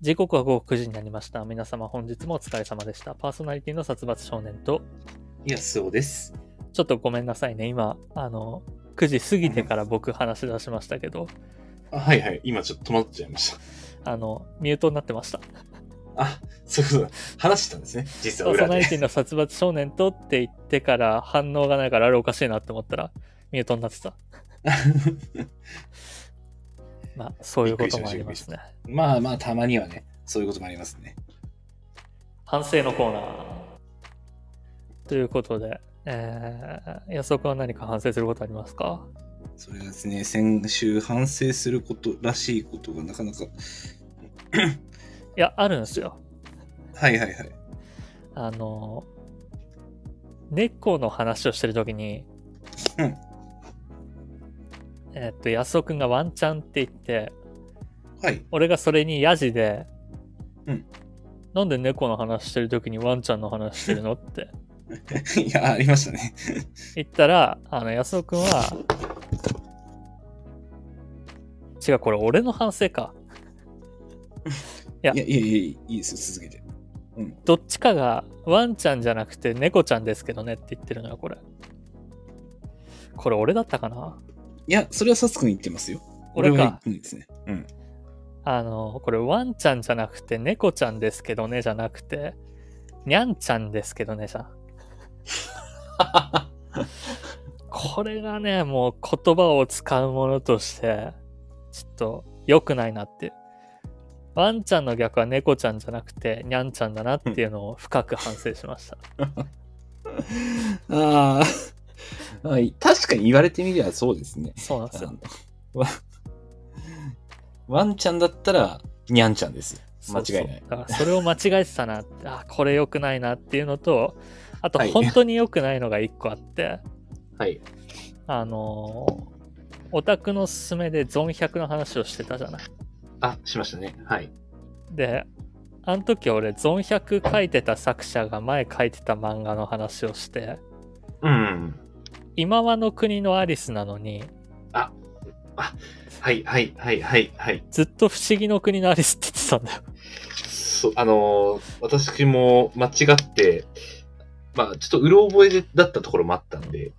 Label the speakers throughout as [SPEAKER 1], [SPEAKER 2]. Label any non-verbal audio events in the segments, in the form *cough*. [SPEAKER 1] 時刻は午後9時になりました。皆様本日もお疲れ様でした。パーソナリティの殺伐少年と、
[SPEAKER 2] 安尾です。
[SPEAKER 1] ちょっとごめんなさいね。今、あの、9時過ぎてから僕話し出しましたけど、
[SPEAKER 2] あはいはい。今ちょっと止まっちゃいました。
[SPEAKER 1] あの、ミュートになってました。
[SPEAKER 2] あ、そういうことだ。話してたんですね。実
[SPEAKER 1] パ
[SPEAKER 2] は
[SPEAKER 1] ーソ
[SPEAKER 2] 裏
[SPEAKER 1] ナリ
[SPEAKER 2] で。
[SPEAKER 1] ティの殺伐少年とって言ってから反応がないからあれおかしいなって思ったら、ミュートになってた。まあ、そういうこともありますね。
[SPEAKER 2] *laughs* まあまあ、たまにはね、そういうこともありますね。
[SPEAKER 1] 反省のコーナー。ということで、えー、安岡は何か反省することありますか
[SPEAKER 2] それがですね、先週反省することらしいことがなかなか。
[SPEAKER 1] いや、あるんですよ。
[SPEAKER 2] はいはいはい。
[SPEAKER 1] あの、猫の話をしてるときに、
[SPEAKER 2] うん
[SPEAKER 1] えっと、安尾くんがワンチャンって言って、
[SPEAKER 2] はい。 *laughs*
[SPEAKER 1] 俺がそれにヤジで、
[SPEAKER 2] うん
[SPEAKER 1] なんで猫の話してるときにワンちゃんの話してるのって
[SPEAKER 2] いや、ありましたね。
[SPEAKER 1] 言ったら、あの、安尾くんは、違う、これ俺の反省か。
[SPEAKER 2] いやいやいや、いいですよ、続けて。
[SPEAKER 1] どっちかがワンちゃんじゃなくて猫ちゃんですけどねって言ってるのよ、これ。これ俺だったかない
[SPEAKER 2] や、それはサツくん言ってますよ。
[SPEAKER 1] 俺
[SPEAKER 2] は言
[SPEAKER 1] か
[SPEAKER 2] っ。てないですね。 *laughs* うん。
[SPEAKER 1] あの、これワンちゃんじゃなくて猫ちゃんですけどねじゃなくて、にゃんちゃんですけどねじゃん。これがね、もう言葉を使うものとして、ちょっと良くないなっていう。ワンちゃんの逆は猫ちゃんじゃなくて、にゃんちゃんだなっていうのを深く反省しました。
[SPEAKER 2] ああ、 *laughs* はい確かに言われてみればそうですね。
[SPEAKER 1] そうなんです
[SPEAKER 2] あ
[SPEAKER 1] よ
[SPEAKER 2] の。ワ *laughs* ワンちゃんだったら、にゃんちゃんです。間違いな
[SPEAKER 1] そ
[SPEAKER 2] い
[SPEAKER 1] うそうだからそれを間違えてたなってあこれ良くないなっていうのとあと
[SPEAKER 2] はい
[SPEAKER 1] 本当に良くないのが1個あって、
[SPEAKER 2] はい。
[SPEAKER 1] あのーオタクのすすめでゾン100の話をしてたじゃない
[SPEAKER 2] あ、しましたね。はい。
[SPEAKER 1] であの時俺ゾン100書いてた作者が前書いてた漫画の話をして
[SPEAKER 2] うん。
[SPEAKER 1] 今はの国のアリスなのに
[SPEAKER 2] はい、はい、はい、はい、はい。
[SPEAKER 1] ずっと不思議の国のアリスって言ってたんだよ *laughs*
[SPEAKER 2] そう、あのー私も間違って、まあ、ちょっとうろ覚えでだったところもあったんで、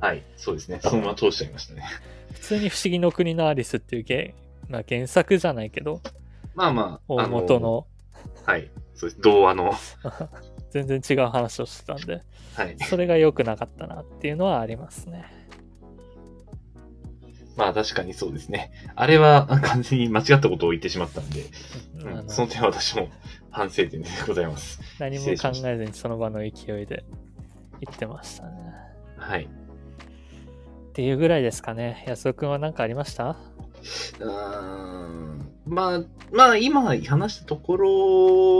[SPEAKER 2] はい、そうですね。そのまま通しちゃいましたね。
[SPEAKER 1] 普通に不思議の国のアリスっていうゲまあ、原作じゃないけど
[SPEAKER 2] まあまあ、
[SPEAKER 1] 大元の *laughs*
[SPEAKER 2] あのーはい、そうです。童話の、
[SPEAKER 1] 全然違う話をしてたんで
[SPEAKER 2] はい。
[SPEAKER 1] それが良くなかったなっていうのはありますね。
[SPEAKER 2] まあ、確かにそうですね。あれはあ完全に間違ったことを言ってしまったんで、
[SPEAKER 1] うん
[SPEAKER 2] うん
[SPEAKER 1] あの
[SPEAKER 2] その点は私も反省点でございます。
[SPEAKER 1] 何も
[SPEAKER 2] 失礼し
[SPEAKER 1] 考
[SPEAKER 2] ました
[SPEAKER 1] えずにその場の勢いで言ってましたね。
[SPEAKER 2] はい。
[SPEAKER 1] っていうぐらいですかね。安尾くんは何かありました
[SPEAKER 2] うーんまあ、まあ今話したとこ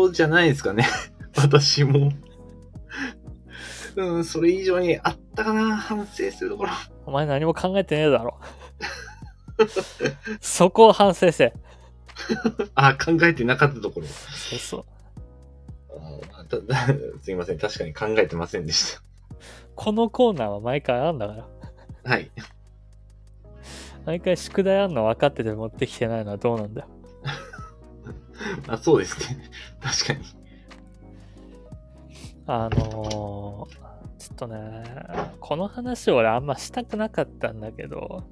[SPEAKER 2] ろじゃないですかね。 *laughs* 私も。うん、それ以上にあったかな、反省するところ。
[SPEAKER 1] お前何も考えてねえだ
[SPEAKER 2] *laughs*
[SPEAKER 1] ろ。そこを反省せ。
[SPEAKER 2] あ、考えてなかったところ。
[SPEAKER 1] そうそう。
[SPEAKER 2] あたた *laughs* すいません、確かに考えてませんでし
[SPEAKER 1] このコーナーは毎回あんだから。
[SPEAKER 2] た。はい。
[SPEAKER 1] 毎回宿題あんの分かってて持ってきてないのはどうなんだよ。
[SPEAKER 2] あそうですね。確かに。
[SPEAKER 1] あのーちょっとね、この話を俺あんましたくなかったんだけど、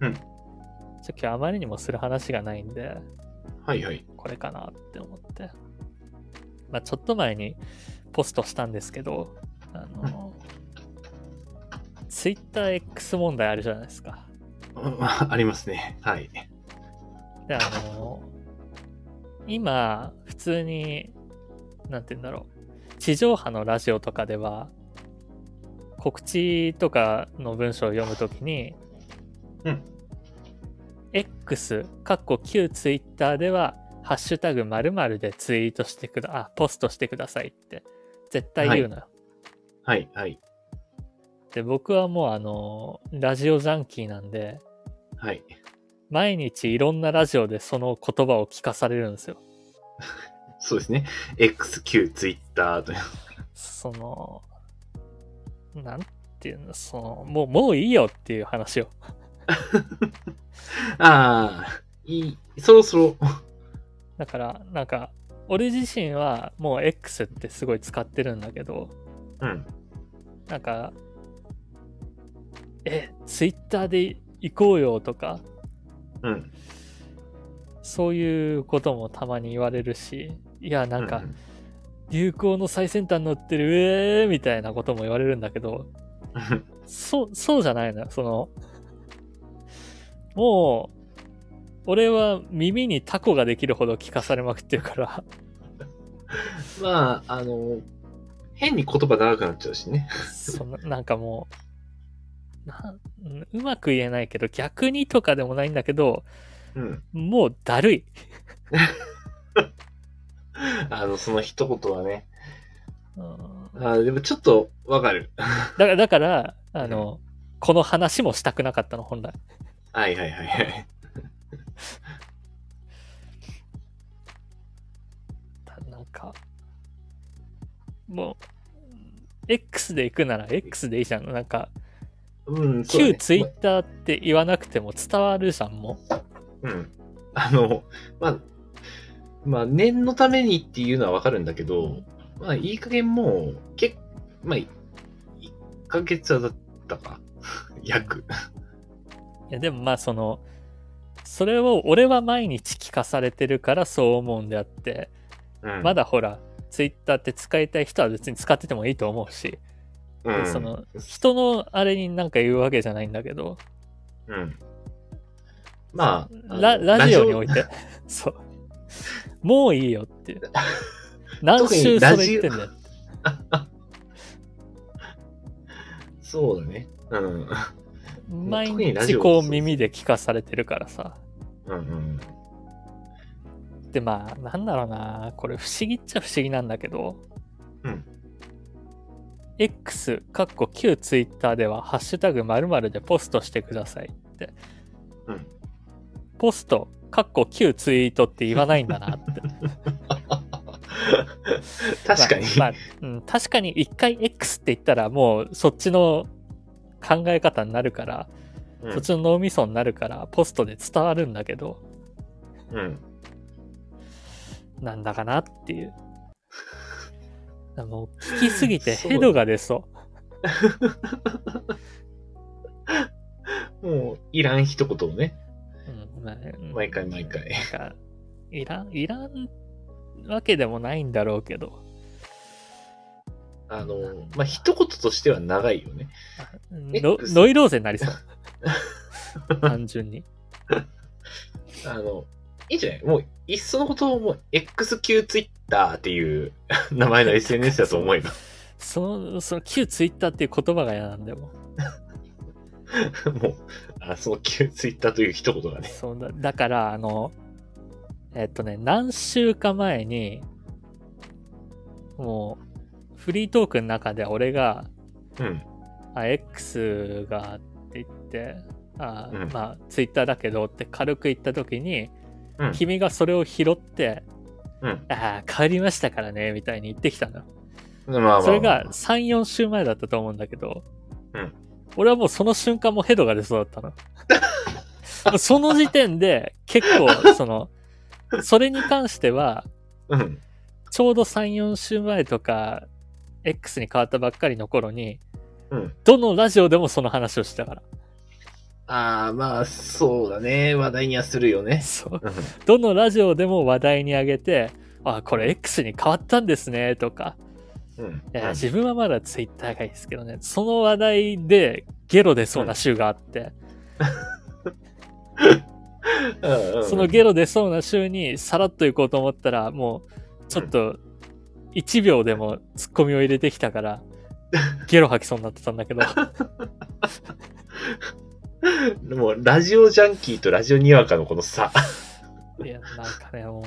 [SPEAKER 2] うん
[SPEAKER 1] ちょっと今日あまりにもする話がないんで、
[SPEAKER 2] はいはい。
[SPEAKER 1] これかなって思って。まあ、ちょっと前にポストしたんですけど、あの、TwitterX 問題あるじゃないですか。
[SPEAKER 2] うんあありますね。はい。
[SPEAKER 1] で、あの、今、普通に、なんて言うんだろう、地上波のラジオとかでは、告知とかの文章を読むときに、
[SPEAKER 2] うん。
[SPEAKER 1] X、かっこ旧ツイッターでは、ハッシュタグ〇〇でツイートしてくだ、あ、ポストしてくださいって、絶対言うのよ。
[SPEAKER 2] はいはい。
[SPEAKER 1] で、僕はもうあの、ラジオジャンキーなんで、
[SPEAKER 2] はい。
[SPEAKER 1] 毎日いろんなラジオでその言葉を聞かされるんですよ。
[SPEAKER 2] そうですね。XQ、Twitter と。
[SPEAKER 1] その、なんていうの、その、もう、もういいよっていう話を。
[SPEAKER 2] ああ、いい、そろそろ
[SPEAKER 1] だから、なんか、俺自身はもう X ってすごい使ってるんだけど、
[SPEAKER 2] うん。
[SPEAKER 1] なんか、え、Twitter で行こうよとか、
[SPEAKER 2] うん。
[SPEAKER 1] そういうこともたまに言われるし、いや、なんか
[SPEAKER 2] う、ん
[SPEAKER 1] 流行の最先端に乗ってる、えーみたいなことも言われるんだけど、
[SPEAKER 2] うん
[SPEAKER 1] そう、そうじゃないのよ。その、もう、俺は耳にタコができるほど聞かされまくってるから、
[SPEAKER 2] まあ、あの、変に言葉長くなっちゃうしね。
[SPEAKER 1] そのなんかもう、なんうまく言えないけど、逆にとかでもないんだけど、
[SPEAKER 2] うん。
[SPEAKER 1] もうだるい。
[SPEAKER 2] あの、その一言はね。
[SPEAKER 1] うん
[SPEAKER 2] あーでもちょっとわかる。
[SPEAKER 1] だから、だから、あの、この話もしたくなかったの、本来。
[SPEAKER 2] はいはいはいはい。
[SPEAKER 1] だなんか、もう、X で行くなら X でいいじゃん。なんか、
[SPEAKER 2] うん、そうだね
[SPEAKER 1] 旧ツイッターって言わなくても伝わるじゃん、も
[SPEAKER 2] うん。あの、まあ、まあ、念のためにっていうのはわかるんだけど、まあ、いい加減もう、けまあ、1ヶ月はだったか。 *laughs* 約。
[SPEAKER 1] う。いや、でもまあ、その、それを俺は毎日聞かされてるからそう思うんであって、
[SPEAKER 2] うん
[SPEAKER 1] まだほら、ツイッターって使いたい人は別に使っててもいいと思うし、
[SPEAKER 2] うん、
[SPEAKER 1] その、人のあれになんか言うわけじゃないんだけど、
[SPEAKER 2] うん。まあ、
[SPEAKER 1] ラ
[SPEAKER 2] あの
[SPEAKER 1] ラジオにおいて、 *laughs* そう。もういいよ
[SPEAKER 2] *laughs*
[SPEAKER 1] っていう。何週それ言ってんだよ。
[SPEAKER 2] そうだね。うん。うん
[SPEAKER 1] 毎
[SPEAKER 2] 特にラジ
[SPEAKER 1] 日
[SPEAKER 2] オ
[SPEAKER 1] こう耳で聞かされてるからさ。
[SPEAKER 2] うん。
[SPEAKER 1] でまあなんだろうなこれ不思議っちゃ不思議なんだけど、
[SPEAKER 2] うん、
[SPEAKER 1] X かっこ旧 Twitter では「ハッシュタグまるでポストしてください」って、
[SPEAKER 2] うん
[SPEAKER 1] ポストかっこ旧ツイートって言わないんだな
[SPEAKER 2] *laughs*
[SPEAKER 1] って
[SPEAKER 2] 確かに。
[SPEAKER 1] まあまあうん、確かに一回 X って言ったらもうそっちの考え方になるから、
[SPEAKER 2] うん
[SPEAKER 1] そっちの脳みそになるからポストで伝わるんだけど
[SPEAKER 2] うん。
[SPEAKER 1] なんだかなって *laughs* いう。もう聞きすぎて
[SPEAKER 2] そう
[SPEAKER 1] ヘドが出そう。
[SPEAKER 2] もう、いらん一言をね、
[SPEAKER 1] うんまあうん
[SPEAKER 2] 毎回毎回。
[SPEAKER 1] なんか、いらん、いらんわけでもないんだろうけど。
[SPEAKER 2] あの、まあ、一言としては長いよね。
[SPEAKER 1] の
[SPEAKER 2] X
[SPEAKER 1] ノイローゼになりそう。
[SPEAKER 2] *laughs*
[SPEAKER 1] 単純に。
[SPEAKER 2] あの、いいんじゃないもう、いっそのことをもう、XQ Twitter っていう *laughs* 名前の SNS だと思えば、 *laughs*
[SPEAKER 1] その、その旧ツイッターっていう言葉が嫌なんだよ。もう
[SPEAKER 2] もう、あその Q Twitter という一言がね。
[SPEAKER 1] そうだだから、あの、えっとね、何週か前に、もう、フリートークの中で俺が、
[SPEAKER 2] うん。
[SPEAKER 1] あ X がって言って、あ
[SPEAKER 2] うん
[SPEAKER 1] まあ、ツイッターだけどって軽く言った時に、
[SPEAKER 2] うん
[SPEAKER 1] 君がそれを拾って、
[SPEAKER 2] うん
[SPEAKER 1] ああ、変わりましたからね、みたいに言ってきたの。
[SPEAKER 2] まあまあまあ
[SPEAKER 1] それが、3、4週前だったと思うんだけど、
[SPEAKER 2] うん
[SPEAKER 1] 俺はもうその瞬間もうヘドが出そうだった
[SPEAKER 2] *laughs*
[SPEAKER 1] の。その時点で結構、その、それに関しては、
[SPEAKER 2] うん。
[SPEAKER 1] ちょうど3、4週前とか、X に変わったばっかりの頃に、
[SPEAKER 2] うん。
[SPEAKER 1] どのラジオでもその話をしてたから。
[SPEAKER 2] ああ、まあ、そうだね。話題にはするよね。
[SPEAKER 1] そう
[SPEAKER 2] うん。
[SPEAKER 1] どのラジオでも話題に上げて、あ、これ X に変わったんですね、とか、
[SPEAKER 2] うん。
[SPEAKER 1] いや自分はまだ Twitter がいいですけどね、その話題でゲロ出そうな週があって、
[SPEAKER 2] うんうん
[SPEAKER 1] そのゲロ出そうな週にさらっと行こうと思ったら、もうちょっと1秒でもツッコミを入れてきたから、
[SPEAKER 2] *laughs*
[SPEAKER 1] ゲロ吐きそうになってたんだけど、
[SPEAKER 2] もう、ラジオジャンキーとラジオにわかのこの差。
[SPEAKER 1] いや、なんかね、もう、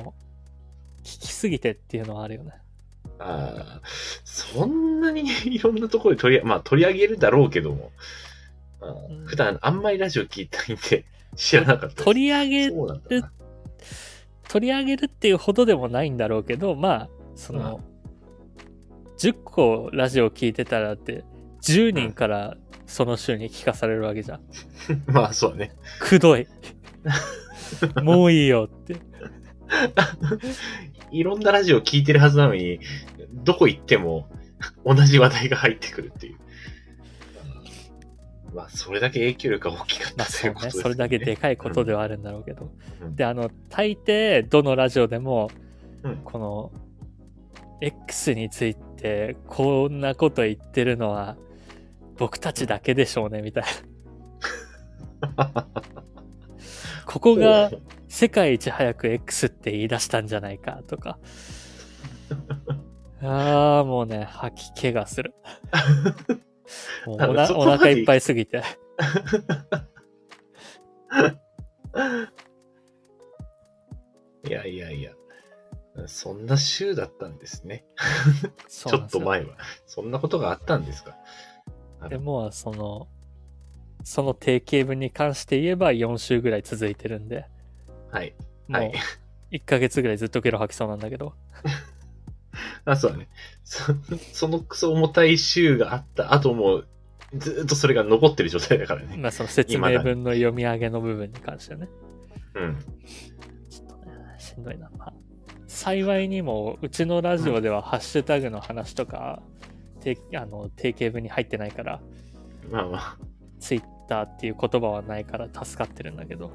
[SPEAKER 1] 聞きすぎてっていうのはあるよね。
[SPEAKER 2] ああ、そんなにいろんなところで取り、 *laughs* まあ取り上げるだろうけども、あー
[SPEAKER 1] うん
[SPEAKER 2] 普段あんまりラジオ聞いてないんで知らなかったです。
[SPEAKER 1] 取り上げ
[SPEAKER 2] そうなんだ *laughs* な
[SPEAKER 1] 取り上げるっていうほどでもないんだろうけどまあその、10個ラジオ聞いてたらって10人からその週に聞かされるわけじゃん。
[SPEAKER 2] まあそうだね。
[SPEAKER 1] くどい。もういいよって。
[SPEAKER 2] いろんなラジオ聞いてるはずなのに、どこ行っても同じ話題が入ってくるっていう。まあ、それだけ影響力が大きかっ
[SPEAKER 1] ま
[SPEAKER 2] た
[SPEAKER 1] あ
[SPEAKER 2] と
[SPEAKER 1] そ
[SPEAKER 2] いううこと
[SPEAKER 1] ね、
[SPEAKER 2] ですね。
[SPEAKER 1] それだけ
[SPEAKER 2] *laughs*
[SPEAKER 1] でかいことではあるんだろうけど。
[SPEAKER 2] うん
[SPEAKER 1] で、あの、大抵、どのラジオでも、
[SPEAKER 2] うん
[SPEAKER 1] この、X について、こんなこと言ってるのは、僕たちだけでしょうね、みたい
[SPEAKER 2] *laughs*
[SPEAKER 1] な。ここが世界一早く X って言い出したんじゃないかと
[SPEAKER 2] *laughs*
[SPEAKER 1] か。ああ、もうね、吐き気がする。
[SPEAKER 2] *laughs*
[SPEAKER 1] もうお
[SPEAKER 2] なんかそ
[SPEAKER 1] な
[SPEAKER 2] こ
[SPEAKER 1] お
[SPEAKER 2] まで
[SPEAKER 1] 腹いっぱいすぎて。
[SPEAKER 2] いやいやいや。そんな週だったんですね。
[SPEAKER 1] ち
[SPEAKER 2] ちょっと前は。そんなことがあったんですか。
[SPEAKER 1] でもうそのその定型文に関して言えば4週ぐらい続いてるんで
[SPEAKER 2] はい。は
[SPEAKER 1] も
[SPEAKER 2] いう
[SPEAKER 1] 1ヶ月ぐらいずっとゲロ吐きそうなんだけど
[SPEAKER 2] あ、そうだね。そ *laughs* そのクソ重たい週があった後も、ずーっとそれが残ってる状態だからね。
[SPEAKER 1] まあその説明文の読み上げの部分に関してはね
[SPEAKER 2] うん。
[SPEAKER 1] ちょっとねしんどいな、まあ、幸いにもうちのラジオではハッシュタグの話とか、てあの定型文に入ってないから
[SPEAKER 2] まあま
[SPEAKER 1] ツイッターっていう言葉はないから助かってるんだけど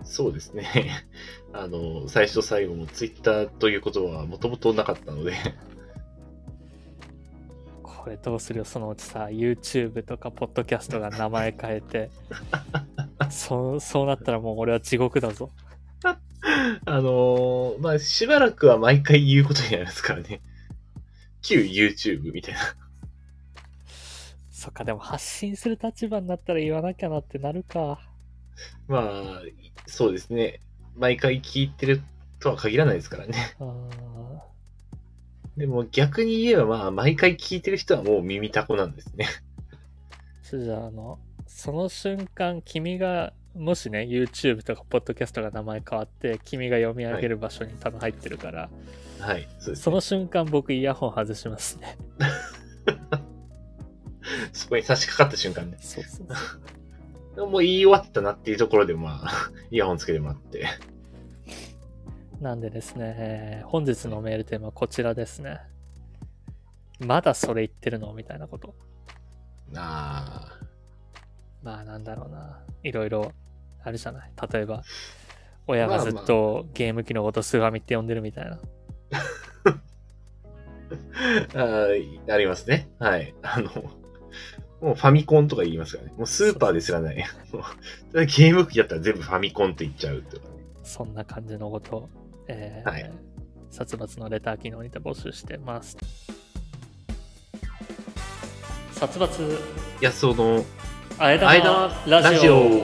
[SPEAKER 2] あ、そうですね。 *laughs* あの、最初と最後もツイッターということはもともとなかったので、 *laughs*
[SPEAKER 1] これどうするよそのうちさ YouTube とかポッドキャストが名前変え
[SPEAKER 2] *laughs*
[SPEAKER 1] てそうそうなったらもう俺は地獄だぞ
[SPEAKER 2] あのーまあ、しばらくは毎回言うことになりますからね。旧 YouTube みたいな。
[SPEAKER 1] そっかでも発信する立場になったら言わなきゃなってなるか
[SPEAKER 2] まあ、そうですね。毎回聞いてるとは限らないですからね。
[SPEAKER 1] あー
[SPEAKER 2] でも逆に言えば、まあ、毎回聞いてる人はもう耳たこなんですね。
[SPEAKER 1] それじゃああのその瞬間君がもしね YouTube とかポッドキャストが名前変わって君が読み上げる場所に多分入ってるから、
[SPEAKER 2] はい。そうです
[SPEAKER 1] その瞬間僕イヤホン外しますね
[SPEAKER 2] そこに差し掛かった瞬間ね。
[SPEAKER 1] そうそう
[SPEAKER 2] もう言い終わったなっていうところで、まあ、 *laughs* イヤホンつけてもらって。
[SPEAKER 1] なんでですね、えー本日のメールテーマはこちらですね。まだそれ言ってるのみたいなこと。
[SPEAKER 2] あ
[SPEAKER 1] まあなんだろうな。いろいろあるじゃない。例えば、親がずっとゲーム機のことスガミって呼んでるみたいな。
[SPEAKER 2] ー *laughs* あー、ありますね。はい。あの、もうファミコンとか言いますからね。もうスーパーですらない。 *laughs* もうただゲーム機だったら全部ファミコンって言っちゃうとかね。
[SPEAKER 1] そんな感じのことを、えー
[SPEAKER 2] はい
[SPEAKER 1] 殺伐のレター機能にて募集してます。殺伐、
[SPEAKER 2] いや、その、
[SPEAKER 1] あえだ
[SPEAKER 2] 間
[SPEAKER 1] ま
[SPEAKER 2] ラ
[SPEAKER 1] ラ
[SPEAKER 2] ジ
[SPEAKER 1] ジ
[SPEAKER 2] オ
[SPEAKER 1] オ。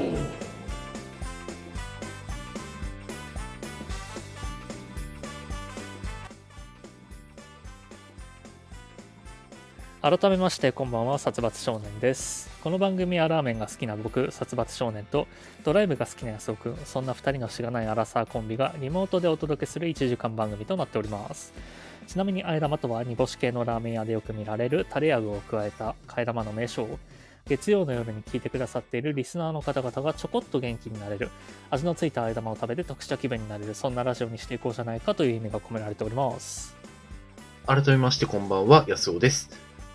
[SPEAKER 1] 改めましてこんばんは殺伐少年ですこの番組はラーメンが好きな僕殺伐少年とドライブが好きな安尾くんそんな2人のしがないアラサーコンビがリモートでお届けする1時間番組となっておりますちなみにあえ玉とは煮干し系のラーメン屋でよく見られるタレや具を加えた替え玉の名称月曜の夜に聞いてくださっているリスナーの方々がちょこっと元気になれる味のついたあえ玉を食べて特殊な気分になれるそんなラジオにしていこうじゃないかという意味が込められております
[SPEAKER 2] 改めましてこんばんは、安尾です。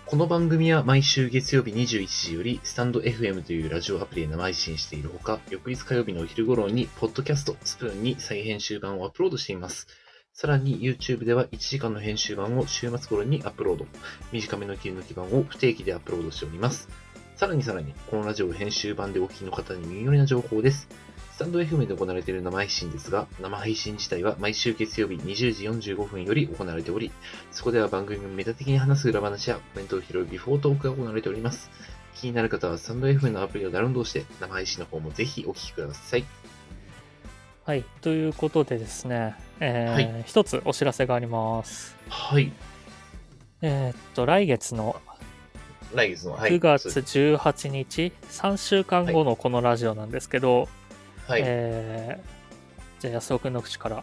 [SPEAKER 2] この番組は毎週月曜日21時より、スタンド FM というラジオアプリで生配信しているほか、翌日火曜日のお昼頃に、ポッドキャスト、スプーンに再編集版をアップロードしています。さらに YouTube では1時間の編集版を週末頃にアップロード。短めの切り抜き版を不定期でアップロードしております。さらにさらに、このラジオ編集版でお聞きの方に耳寄りな情報です。スタンド FM で行われている生配信ですが、生配信自体は毎週月曜日20時45分より行われており、そこでは番組のメタ的に話す裏話やコメントを拾うビフォートークが行われております。気になる方はサンド F のアプリをダウンロードして、生配信の方もぜひお聞きください。
[SPEAKER 1] はいということでですね、えー一つお知らせがあります
[SPEAKER 2] はい。
[SPEAKER 1] えーっと来月の
[SPEAKER 2] 来月の、はい。
[SPEAKER 1] 9
[SPEAKER 2] そう
[SPEAKER 1] 月
[SPEAKER 2] です
[SPEAKER 1] 18日、3週間後のこのラジオなんですけど、
[SPEAKER 2] はい。
[SPEAKER 1] えーじゃあ安尾くんの口から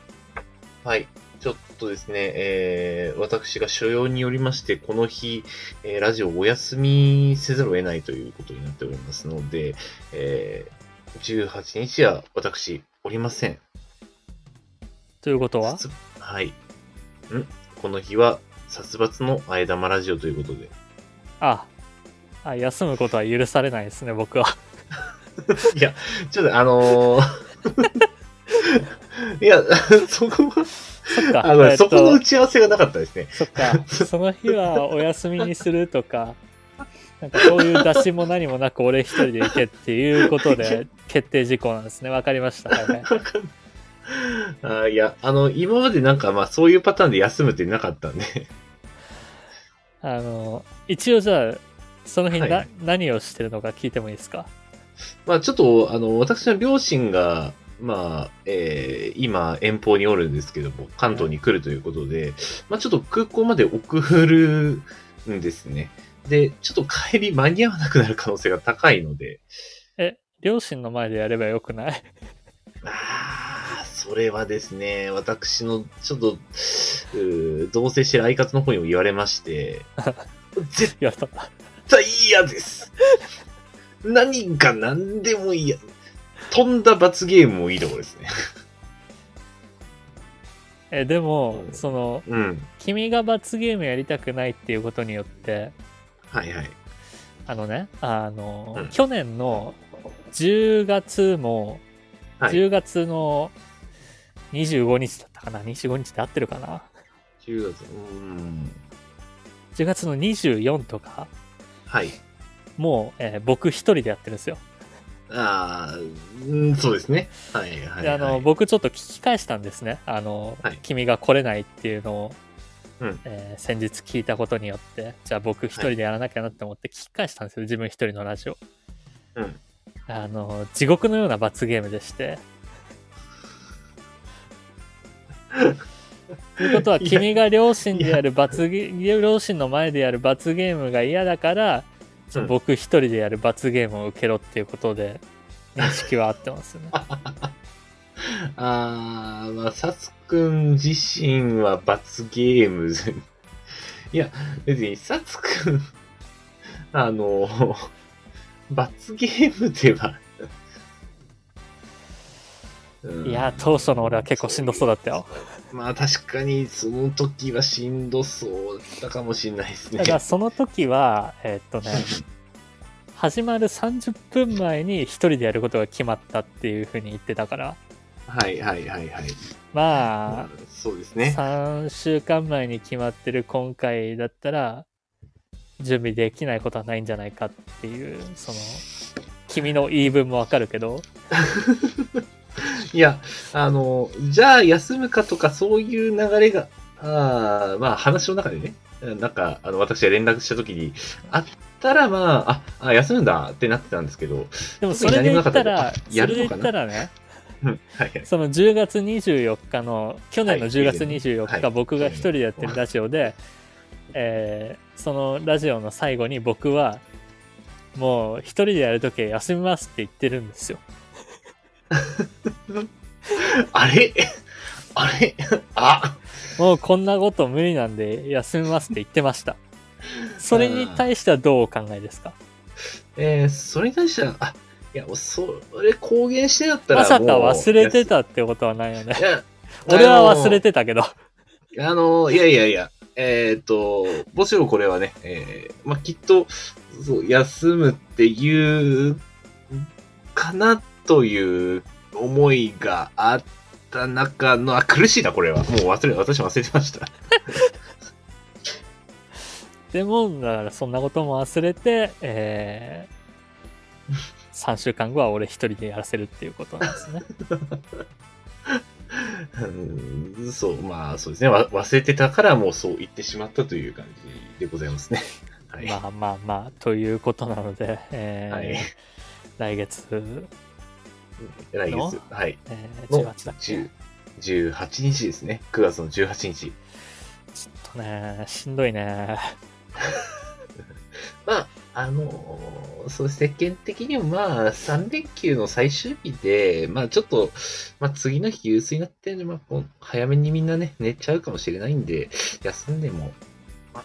[SPEAKER 2] はい。ちょっとですね、えー私が所要によりまして、この日、えーラジオをお休みせざるを得ないということになっておりますので、えー18日は私、おりません。
[SPEAKER 1] ということは
[SPEAKER 2] 殺はい。んこの日は殺伐のあえ玉ラジオということで。
[SPEAKER 1] ああ、休むことは許されないですね、僕
[SPEAKER 2] *laughs*
[SPEAKER 1] は。
[SPEAKER 2] ちょっとあの
[SPEAKER 1] *laughs*
[SPEAKER 2] ーいや、そこは、
[SPEAKER 1] そっか、
[SPEAKER 2] あの
[SPEAKER 1] えっ
[SPEAKER 2] そ
[SPEAKER 1] と
[SPEAKER 2] この打ち合わせがなかったですね。
[SPEAKER 1] そっか、その日はお休みにすると
[SPEAKER 2] *laughs*
[SPEAKER 1] か、なんかそういう出しも何もなく俺一人で行けっていうことで決定事項なんですね。わかりました。はいはい
[SPEAKER 2] あいや、あの、今までなんかまあそういうパターンで休むってなかったんで。 *laughs*
[SPEAKER 1] あの、一応じゃあ、その日な、
[SPEAKER 2] はい
[SPEAKER 1] 何をしてるのか聞いてもいいですか
[SPEAKER 2] まあちょっと、あの、私の両親が、まあ、えー今、遠方におるんですけども、関東に来るということで、まあちょっと空港まで送るんですね。で、ちょっと帰り間に合わなくなる可能性が高いので、
[SPEAKER 1] え、両親の前でやればよくない *laughs*
[SPEAKER 2] あーそれはですね、私の、ちょっと、うー同棲してる相方の方にも言われまして、
[SPEAKER 1] *laughs*
[SPEAKER 2] 絶
[SPEAKER 1] いや、と
[SPEAKER 2] 対嫌です何が何でも嫌。飛んだ罰ゲームもいいところですね。
[SPEAKER 1] え、でも、
[SPEAKER 2] うん
[SPEAKER 1] その、
[SPEAKER 2] うん。
[SPEAKER 1] 君が罰ゲームやりたくないっていうことによって、
[SPEAKER 2] はいはい。
[SPEAKER 1] あのね、あの、
[SPEAKER 2] うん
[SPEAKER 1] 去年の10月も、
[SPEAKER 2] はい
[SPEAKER 1] 10月の25日だったかな ?25 日で合ってるかな
[SPEAKER 2] 10月。うん。
[SPEAKER 1] ?10 月の24とか、
[SPEAKER 2] はい。
[SPEAKER 1] もう、えー僕一人でやってるんですよ。
[SPEAKER 2] ああ、うんそうですね。はいはい、はい。
[SPEAKER 1] であの、僕ちょっと聞き返したんですね。あの、
[SPEAKER 2] はい
[SPEAKER 1] 君が来れないっていうのを、
[SPEAKER 2] うん
[SPEAKER 1] えー先日聞いたことによって、じゃあ僕一人でやらなきゃなって思って聞き返したんですよ。自分一人のラジオ。
[SPEAKER 2] うん。
[SPEAKER 1] あの、地獄のような罰ゲームで
[SPEAKER 2] *laughs*
[SPEAKER 1] して。ということは、
[SPEAKER 2] いや
[SPEAKER 1] 君が両親でやる罰ゲーム、両親の前でやる罰ゲームが嫌だから、ちょ
[SPEAKER 2] うん
[SPEAKER 1] 僕一人でやる罰ゲームを受けろっていうことで、認識は合ってますよね。
[SPEAKER 2] ああ、まあ、サツくん自身は罰ゲーム。 *laughs* いや、別に、サツくん、 *laughs* あの、 *laughs* 罰ゲームでは、うん
[SPEAKER 1] いや、当初の俺は結構しんどそうだったよ。
[SPEAKER 2] まあ確かにその時はしんどそうだったかもしれないです *laughs* ね
[SPEAKER 1] た。だその時は、えーっと
[SPEAKER 2] *laughs*
[SPEAKER 1] ね、始まる30分前に一人でやることが決まったっていうふうに言ってたから、
[SPEAKER 2] はいはいはいはい。
[SPEAKER 1] まあ、
[SPEAKER 2] そうですね。
[SPEAKER 1] 3週間前に決まってる今回だったら、準備できないことはないんじゃないかっていう、その、君の言い分もわかるけど、
[SPEAKER 2] いや、あの、じゃあ休むかとかそういう流れが、ああまあ話の中でね、なんか、あの、私が連絡した時に、あったらまあ、あ、あ休むんだってなってたんですけど、
[SPEAKER 1] でもそれで言ったら、それ
[SPEAKER 2] 特に何もなかったけどあやる
[SPEAKER 1] で言
[SPEAKER 2] のかな
[SPEAKER 1] ったらね、
[SPEAKER 2] うんはいはい。
[SPEAKER 1] その10月24日の去年の
[SPEAKER 2] はい
[SPEAKER 1] 10月24日、
[SPEAKER 2] はい
[SPEAKER 1] 僕が一人でやってるラジオで、えーそのラジオの最後に僕はもう一人でやるときは休みますって言ってるんですよ
[SPEAKER 2] あれあれあ
[SPEAKER 1] もうこんなこと無理なんで休みますって言ってま
[SPEAKER 2] *laughs*
[SPEAKER 1] したそれに対してはどうお考えですか
[SPEAKER 2] えーそれに対しては、あ、いや、もうそれ公言してだったら
[SPEAKER 1] ま
[SPEAKER 2] もう。
[SPEAKER 1] さか忘れてたってことはないよね
[SPEAKER 2] いや。
[SPEAKER 1] 俺は忘れ
[SPEAKER 2] て。
[SPEAKER 1] てたけど
[SPEAKER 2] あの、いやいやいや、えーっと、もちろんこれはね、えーまあ、きっと、そう、休むっていう、かなという思いがあった中の、あ、苦しいな、これは。もう忘れ、私忘れてました。
[SPEAKER 1] でもだからそんなことも忘れて、え3 *laughs* 週間後は俺一人でやらせるっていうことなんですね
[SPEAKER 2] うんそう、まあ、そうですね。わ忘れてたから、もうそう言ってしまったという感じでございます
[SPEAKER 1] *laughs*
[SPEAKER 2] ね。はい。
[SPEAKER 1] まあまあまあということなので、えー
[SPEAKER 2] はい
[SPEAKER 1] 来月、
[SPEAKER 2] 来月、はい。
[SPEAKER 1] えー
[SPEAKER 2] の
[SPEAKER 1] 18だっけ
[SPEAKER 2] 10 18日ですね。9月の18日。
[SPEAKER 1] ちょっとねしんどいね
[SPEAKER 2] まあ、あのーそう、世間的にもまあ、3連休の最終日で、まあちょっと、まあ次の日、憂鬱になってるんで、まあこう、早めにみんなね、寝ちゃうかもしれないんで、休んでも、まあ、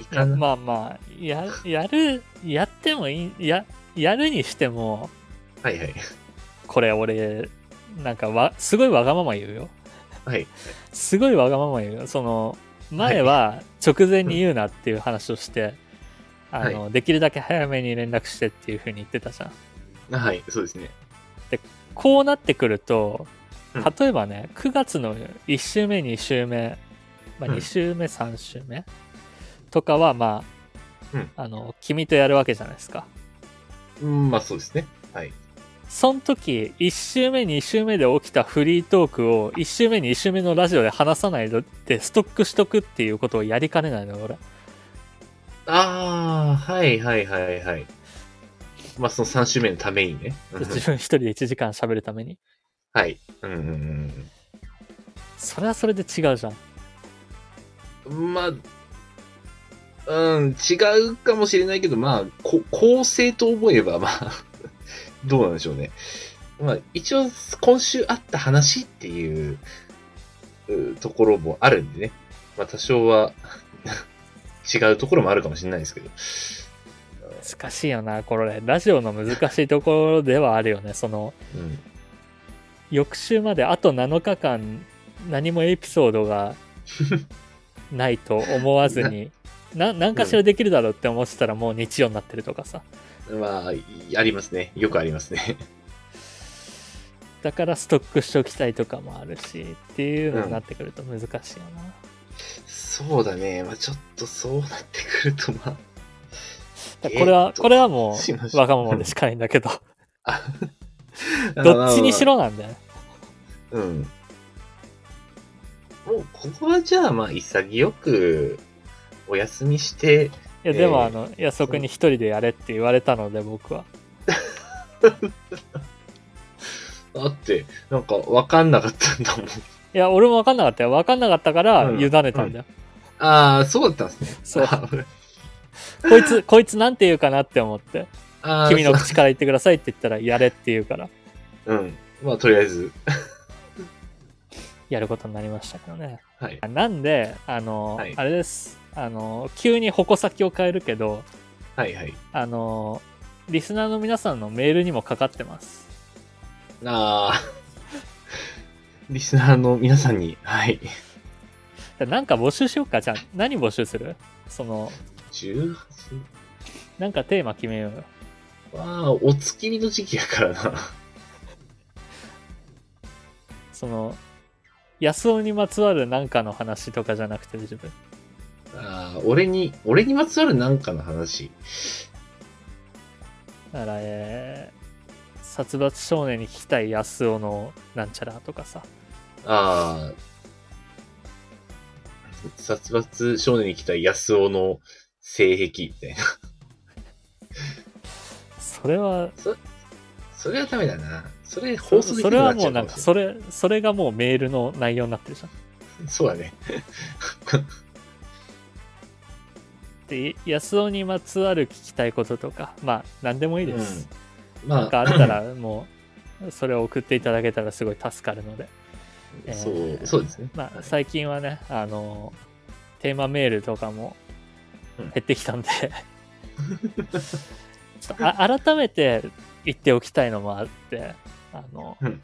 [SPEAKER 2] いいかな。
[SPEAKER 1] まあまあややるやってもいいややるにしても
[SPEAKER 2] はいはい。
[SPEAKER 1] これ俺なんかわすごいわがまま言うよ
[SPEAKER 2] はい。
[SPEAKER 1] すごいわがまま言うよその前は直前に言うなっていう話をして、あのできるだけ早めに連絡してっていうふうに言ってたじゃん
[SPEAKER 2] はい、そうですね。
[SPEAKER 1] こうなってくると
[SPEAKER 2] うん
[SPEAKER 1] 例えばね、9月の1週目2週目、まあ、
[SPEAKER 2] うん
[SPEAKER 1] 2週目3週目とかはまあ,、
[SPEAKER 2] うん
[SPEAKER 1] あの君とやるわけじゃないですか
[SPEAKER 2] うん、まあそうですね。はい。
[SPEAKER 1] その時1週目2週目で起きたフリートークを1週目2週目のラジオで話さないでストックしとくっていうことをやりかねないの俺
[SPEAKER 2] ああ、はいはいはいはい。まあその3周目のためにね。 *laughs* うん
[SPEAKER 1] 自分一人で1時間喋るために
[SPEAKER 2] はい。うんうん
[SPEAKER 1] それはそれで違うじゃん
[SPEAKER 2] うん。まあ、うん、違うかもしれないけど、まあ、こ構成と思えば、まあ、 *laughs* どうなんでしょうね。まあ、一応、今週あった話っていう、うところもあるんでね。まあ、多少は、 *laughs* 違うところもあるかもしれないですけど。
[SPEAKER 1] 難しいよなこれラジオの難しいところではあるよねその
[SPEAKER 2] うん。
[SPEAKER 1] 翌週まであと7日間何もエピソード
[SPEAKER 2] *laughs*
[SPEAKER 1] がないと思わずにな何かしらできるだろうって思ってたらもう日曜になってるとかさ
[SPEAKER 2] まあ、いありますね。よくありますね。
[SPEAKER 1] だからストックしておきたいとかもあるしっていうのになってくると難しいよな、
[SPEAKER 2] そうだね。まあ、ちょっとそうなってくると、まあ、
[SPEAKER 1] だからこれは、
[SPEAKER 2] えーっと
[SPEAKER 1] これはも
[SPEAKER 2] すいませ
[SPEAKER 1] うんわがまま
[SPEAKER 2] *laughs*
[SPEAKER 1] でしかないんだけど
[SPEAKER 2] あ
[SPEAKER 1] どっちにしろなんだよね
[SPEAKER 2] うん。もう、ここはじゃあ、まあ、潔く、お休みして、
[SPEAKER 1] いやで
[SPEAKER 2] え
[SPEAKER 1] も
[SPEAKER 2] ー
[SPEAKER 1] あの夜足に一人でやれって言われたので僕は
[SPEAKER 2] だって、なんか、わかんなかったんだもん。
[SPEAKER 1] いや俺も分かんなかったよ分かんなかったから
[SPEAKER 2] うん
[SPEAKER 1] 委ねたんだよ、
[SPEAKER 2] ああ、そうだったんですね。
[SPEAKER 1] そう
[SPEAKER 2] あー
[SPEAKER 1] こいつこいつなんて言うかなって思って
[SPEAKER 2] あー
[SPEAKER 1] 君の
[SPEAKER 2] そう
[SPEAKER 1] 口から言ってくださいって言ったらやれって言うから
[SPEAKER 2] うん。まあ、とりあえず、
[SPEAKER 1] やることになりましたけどね
[SPEAKER 2] はい。
[SPEAKER 1] なんであの、
[SPEAKER 2] はい
[SPEAKER 1] あれですあの急に矛先を変えるけど
[SPEAKER 2] はいはい。
[SPEAKER 1] あのリスナーの皆さんのメールにもかかってます
[SPEAKER 2] ああ、 *laughs* リスナーの皆さんに、はい。
[SPEAKER 1] でなんか募集しようかじゃあ何募集するその
[SPEAKER 2] 18
[SPEAKER 1] なんかテーマ決めようよ
[SPEAKER 2] は、お月見の時期やからな。
[SPEAKER 1] その安尾にまつわるなんかの話とかじゃなくて自分
[SPEAKER 2] ああ、俺に、俺にまつわるなんかの話。
[SPEAKER 1] だからえー殺伐少年に聞きたい安尾のなんちゃらとかさ
[SPEAKER 2] ああ、殺伐少年に来た安尾の性癖みたいな。
[SPEAKER 1] それは
[SPEAKER 2] *laughs* それはダメだな。それ
[SPEAKER 1] そ
[SPEAKER 2] 放送でき
[SPEAKER 1] そ
[SPEAKER 2] なく
[SPEAKER 1] れ
[SPEAKER 2] な
[SPEAKER 1] は
[SPEAKER 2] っち
[SPEAKER 1] も
[SPEAKER 2] ゃ
[SPEAKER 1] う
[SPEAKER 2] う
[SPEAKER 1] な
[SPEAKER 2] か
[SPEAKER 1] ん
[SPEAKER 2] も
[SPEAKER 1] か
[SPEAKER 2] しれ
[SPEAKER 1] それそれがもうメールの内容になってるじゃん
[SPEAKER 2] ない。そうだね。
[SPEAKER 1] で安尾にまつわる聞きたいこととかまあ何でもいいです、
[SPEAKER 2] うん、ま
[SPEAKER 1] なんかあったらもうそれを送っていただけたらすごい助かるのでえー
[SPEAKER 2] そう、そうですね。
[SPEAKER 1] ま
[SPEAKER 2] は
[SPEAKER 1] あ
[SPEAKER 2] い
[SPEAKER 1] 最近はねあのテーマメールとかも
[SPEAKER 2] うん
[SPEAKER 1] 減ってきたんで、ちょっとあ改めて言っておきたいのもあってあの、
[SPEAKER 2] うん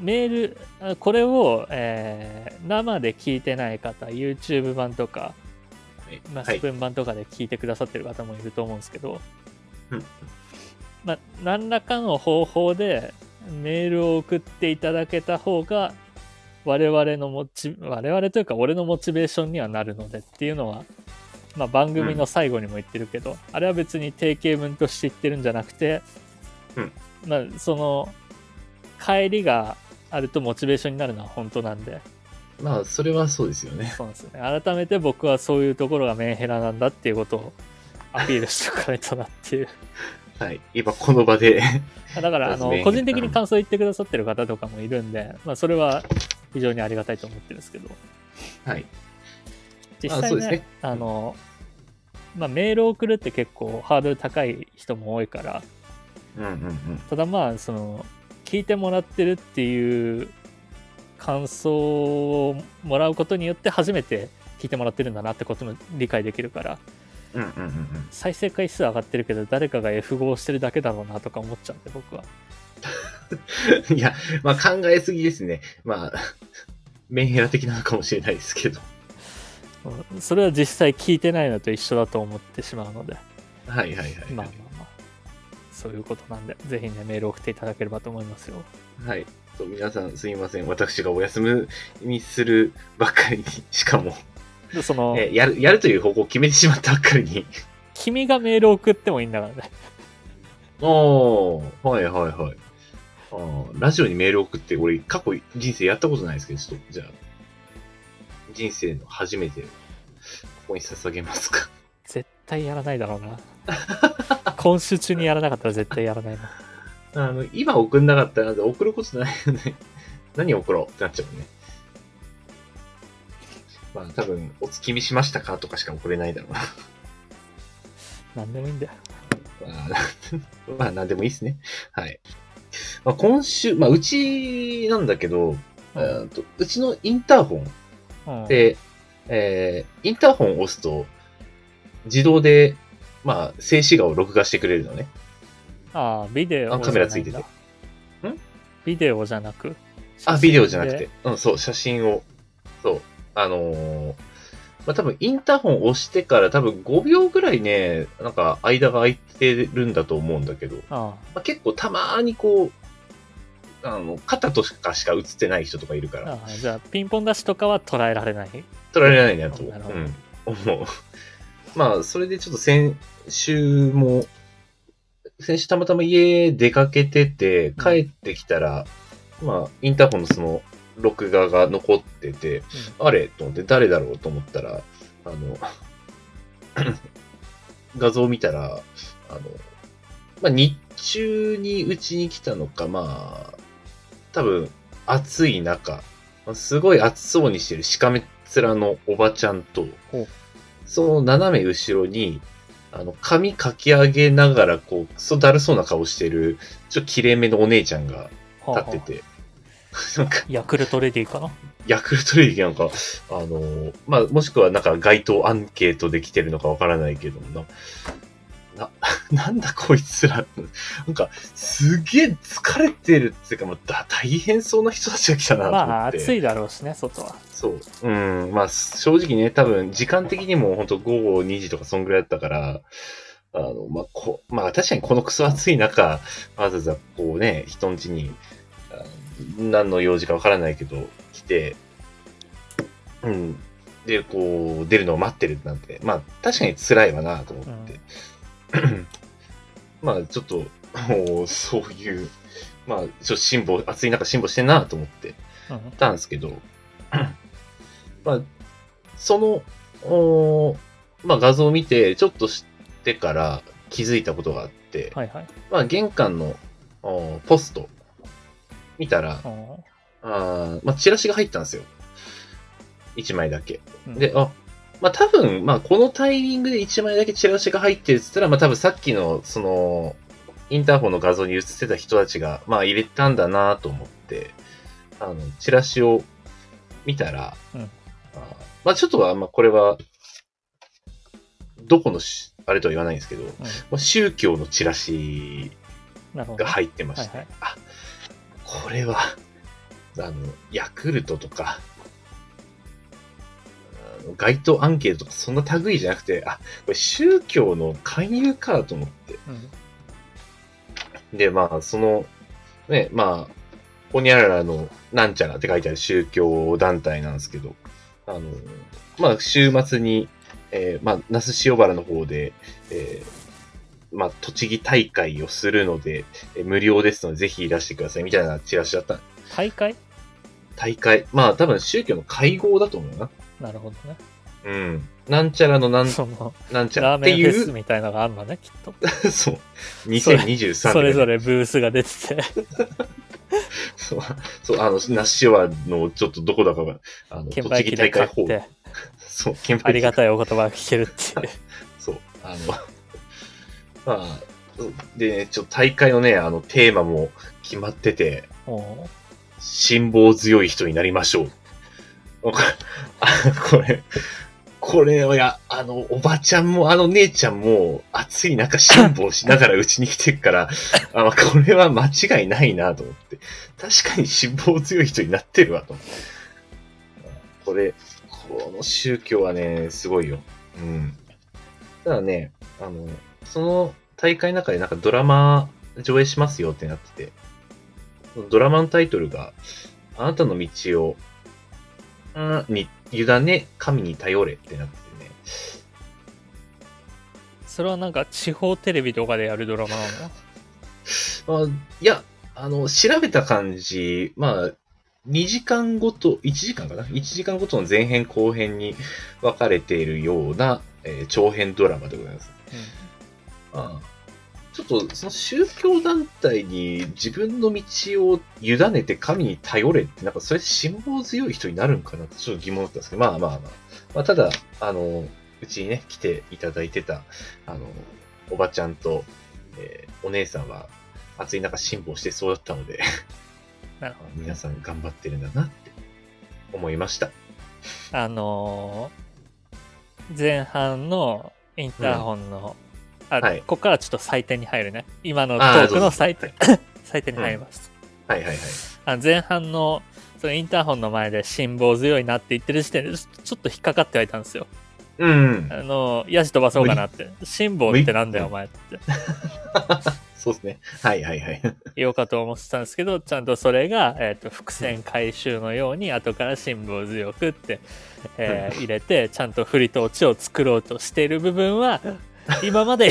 [SPEAKER 1] メールあこれを、えー生で聞いてない方 YouTube 版とか、まあ、
[SPEAKER 2] は
[SPEAKER 1] ス
[SPEAKER 2] い
[SPEAKER 1] プ。ーン版とかで聞いてくださってる方もいると思うんですけど、
[SPEAKER 2] うん
[SPEAKER 1] まあ、何らかの方法でメールを送っていただけた方が我々のモチ我々というか俺のモチベーションにはなるのでっていうのは、まあ、番組の最後にも言ってるけど、あれは別に定型文として言ってるんじゃなくて、
[SPEAKER 2] うん
[SPEAKER 1] まあ、その帰りがあるとモチベーションになるのは本当なんで。
[SPEAKER 2] まあ、それはそうですよね。
[SPEAKER 1] そうですね。改めて僕はそういうところがメンヘラなんだっていうことをアピールしておかないとなって
[SPEAKER 2] *laughs*
[SPEAKER 1] いう。
[SPEAKER 2] はい。今、この場で。 *laughs*
[SPEAKER 1] だから、あ
[SPEAKER 2] そう
[SPEAKER 1] の
[SPEAKER 2] ですね、
[SPEAKER 1] 個人的に感想言ってくださってる方とかもいるんで、まあ、それは非常にありがたいと思ってるんですけど、
[SPEAKER 2] はい。
[SPEAKER 1] 実
[SPEAKER 2] あ
[SPEAKER 1] 際
[SPEAKER 2] そうで
[SPEAKER 1] ね、
[SPEAKER 2] す
[SPEAKER 1] あ
[SPEAKER 2] ね
[SPEAKER 1] の、まあ、メールを送るって結構ハードル高い人も多いから、
[SPEAKER 2] うんうんうん。
[SPEAKER 1] ただまあ、その、聞いてもらってるっていう感想をもらうことによって初めて聞いてもらってるんだなってことも理解できるから、
[SPEAKER 2] うんうんうんうん。
[SPEAKER 1] 再生回数上がってるけど誰かが F5 をしてるだけだろうなとか思っちゃうんで僕は
[SPEAKER 2] いや、まあ考えすぎですね。まあ、メンヘラ的なのかもしれないですけど。
[SPEAKER 1] うんそれは実際聞いてないのと一緒だと思ってしまうので、
[SPEAKER 2] はいはいはい。
[SPEAKER 1] まあまあまあ、そういうことなんで、ぜひね、メールを送っていただければと思いますよ。
[SPEAKER 2] はい。そう皆さんすいません。私がお休みにするばっかりに、 *laughs* しかも、
[SPEAKER 1] でその、
[SPEAKER 2] えやる、やるという方向を決めてしまったばっかりに。
[SPEAKER 1] 君がメールを送ってもいいんだからね。
[SPEAKER 2] おー、はいはいはい。あーラジオにメール送って、俺、過去人生やったことないですけど、ちょっと、じゃあ、人生の初めて、ここに捧げますか。
[SPEAKER 1] 絶対やらないだろう
[SPEAKER 2] *laughs*
[SPEAKER 1] な。今週中にやらなかったら絶対やらないな。
[SPEAKER 2] あの、今送んなかったら、送ることないよね。 *laughs* 何送ろうってなっちゃうね。まあ、多分、お月見しましたかとかしか送れないだろう
[SPEAKER 1] な
[SPEAKER 2] な。
[SPEAKER 1] んでもいいんだよ。
[SPEAKER 2] まあ、 *laughs* まあ、なんでもいいですね。はい。まあ、今週、まあ、うちなんだけど、えーとうちのインターホン
[SPEAKER 1] うん、
[SPEAKER 2] で、えーインターホンを押すと、自動で、まあ、静止画を録画してくれるのね。
[SPEAKER 1] ああ、ビデオ
[SPEAKER 2] あカメラついてて
[SPEAKER 1] じゃない
[SPEAKER 2] ん
[SPEAKER 1] だビデオじゃなく
[SPEAKER 2] あ、ビデオじゃなく。
[SPEAKER 1] 写真
[SPEAKER 2] て。うん、そう、写真を。そう。あのーまあ、多分インターホンを押してから多分5秒ぐらいね、なんか間が空いてるんだと思うんだけど、
[SPEAKER 1] あ
[SPEAKER 2] まあ、結構たまーにこう、あの、肩とかしか映ってない人とかいるか
[SPEAKER 1] あ
[SPEAKER 2] ら、
[SPEAKER 1] ああ、じゃあ、ピンポン出しとかは捉えられない。
[SPEAKER 2] 撮られないなと、う *laughs*
[SPEAKER 1] なるほど
[SPEAKER 2] ん、思う。まあ、それでちょっと先週も、先週たまたま家出かけてて、帰ってきたら、まあ、インターホンのその、録画が残ってて、あれと思って、誰だろうと思ったら、
[SPEAKER 1] *laughs*
[SPEAKER 2] あの、画像を見たら、あの、まあ、日中にうちに来たのか、まあ、多分、暑い中、まあすごい暑そうにしてるしかめっ面のおばちゃんと
[SPEAKER 1] ほう、
[SPEAKER 2] その斜め後ろに、あの、髪かき上げながら、こう、クソだるそうな顔してる、ちょっと綺麗めのお姉ちゃんが
[SPEAKER 1] はあはあ
[SPEAKER 2] 立ってて、 *laughs* なんか、
[SPEAKER 1] ヤクルトレディかな
[SPEAKER 2] ヤクルトレディなんか、あのーまあ、もしくはなんか街頭アンケートで来てるのかわからないけどもな、な、 *laughs* なんだこいつら、なんか、すげえ疲れてるっていうか、まあ、だ大変そうな人たちが来たなと思
[SPEAKER 1] ま
[SPEAKER 2] って。
[SPEAKER 1] あ、暑いだろうしね、外は。
[SPEAKER 2] そう。うん、まあ、正直ね、多分、時間的にも本当午後2時とかそんぐらいだったから、あの、まあ、こ、まあ、確かにこのクソ暑い中、わざわざこうね、人ん家に、あ何の用事かわからないけど、来て、うん。で、こう、出るのを待ってるなんて、まあ、確かに辛いわなと思って。 *clears throat* まあ、ちょっと、もうそういう、まあ、ちょっと辛抱、暑い中辛抱してんなと思って。
[SPEAKER 1] うん
[SPEAKER 2] ったんですけど、まあ、その、おーまあ、画像を見て、ちょっとしてから気づいたことがあって、
[SPEAKER 1] はいはい。
[SPEAKER 2] まあ、玄関のおーポスト見たら
[SPEAKER 1] う、ん
[SPEAKER 2] あーまあ、チラシが入ったんですよ。1枚だけ。
[SPEAKER 1] うん
[SPEAKER 2] で、あ、まあ多分、まあこのタイミングで1枚だけチラシが入ってるっつったら、まあ多分さっきの、その、インターホンの画像に映ってた人たちが、まあ入れたんだなと思って、あの、チラシを見たら、
[SPEAKER 1] うん
[SPEAKER 2] あーまあちょっとは、まあこれは、どこのし、あれとは言わないんですけど、
[SPEAKER 1] うん
[SPEAKER 2] まあ宗教のチラシ
[SPEAKER 1] なるほど。
[SPEAKER 2] が
[SPEAKER 1] はい
[SPEAKER 2] 入ってました。
[SPEAKER 1] はい。
[SPEAKER 2] これは、あの、ヤクルトとか、あの街頭アンケートとかそんな類じゃなくて、あ、これ宗教の勧誘かと思って。
[SPEAKER 1] うん
[SPEAKER 2] で、まあ、その、ね、まあ、ホニャララのなんちゃらって書いてある宗教団体なんですけど、あの、まあ、週末に、えーまあ、那須塩原の方で、えーまあ、栃木大会をするので、えー無料ですので、ぜひいらしてください、みたいなチラシだったんです
[SPEAKER 1] 大会
[SPEAKER 2] 大会。まあ多分宗教の会合だと思うな。
[SPEAKER 1] なるほどね。
[SPEAKER 2] うん。なんちゃらのなん、
[SPEAKER 1] その、
[SPEAKER 2] なんちゃら
[SPEAKER 1] ラー
[SPEAKER 2] って
[SPEAKER 1] メンフ
[SPEAKER 2] い
[SPEAKER 1] ェス
[SPEAKER 2] う、
[SPEAKER 1] みたいなのがあるのね、きっと。
[SPEAKER 2] そう。2023年。
[SPEAKER 1] それぞれブースが出て
[SPEAKER 2] *laughs*
[SPEAKER 1] て。
[SPEAKER 2] そう。そう、あの、那須はの、ちょっとどこだかが、あの、
[SPEAKER 1] 券売
[SPEAKER 2] 栃
[SPEAKER 1] 機
[SPEAKER 2] 木
[SPEAKER 1] で
[SPEAKER 2] 大
[SPEAKER 1] 買
[SPEAKER 2] 会
[SPEAKER 1] っ
[SPEAKER 2] ホール。
[SPEAKER 1] て、
[SPEAKER 2] そう、県
[SPEAKER 1] ありが
[SPEAKER 2] い。
[SPEAKER 1] たいお言葉が聞けるっていう。
[SPEAKER 2] そう。あの、 *laughs* まあ、で、ちょっと大会のね、あの、テーマも決まってて、
[SPEAKER 1] も
[SPEAKER 2] 辛抱強い人になりましょう。わかあこれ、これはや、あの、おばちゃんも、あの姉ちゃんも、暑い中辛抱しながらうちに来てるから、あまあこれは間違いないなと思って。確かに辛抱強い人になってるわと思って。これ、この宗教はね、すごいよ。うん。ただね、あの、その大会の中でなんかドラマ上映しますよってなってて、ドラマのタイトルが、あなたの道を、あーに、委ね、神に頼れってなっててね。
[SPEAKER 1] それはなんか地方テレビとかでやるドラマなんだ。
[SPEAKER 2] まあ、いや、あの、調べた感じ、まあ、2時間ごと、1時間かな ?1 時間ごとの前編後編に分かれているような、えー長編ドラマでございます。まあちょっと、その宗教団体に自分の道を委ねて神に頼れって、なんかそれ辛抱強い人になるんかなってちょっと疑問だったんですけど、まあまあまあ。まあ、ただ、あの、うちにね、来ていただいてた、あの、おばちゃんと、えーお姉さんは、暑い中辛抱してそうだったので、
[SPEAKER 1] なるほ
[SPEAKER 2] 皆さん頑張ってるんだなって思いました。
[SPEAKER 1] ど。あのー前半のインターホンの、あ、
[SPEAKER 2] はい
[SPEAKER 1] ここからちょっと採点に入るね。今のト
[SPEAKER 2] あー
[SPEAKER 1] ークの採
[SPEAKER 2] どう
[SPEAKER 1] 点、採点に入ります。
[SPEAKER 2] はいはいはい。
[SPEAKER 1] あの前半のそのインターホンの前で辛抱強いなって言ってる時点でちょちょっと引っかかってはいたんですよ。
[SPEAKER 2] うん
[SPEAKER 1] あ。のー、ヤジ飛ばそうかなって。辛抱ってなんだよお前って。
[SPEAKER 2] そうですね。はいはいはい。
[SPEAKER 1] 言おうかと思ってたんですけどちゃんとそれが、えー、と伏線回収のように後から辛抱強くって、えー入れてちゃんと振りと落ちを作ろうとしている部分 *laughs* は今まで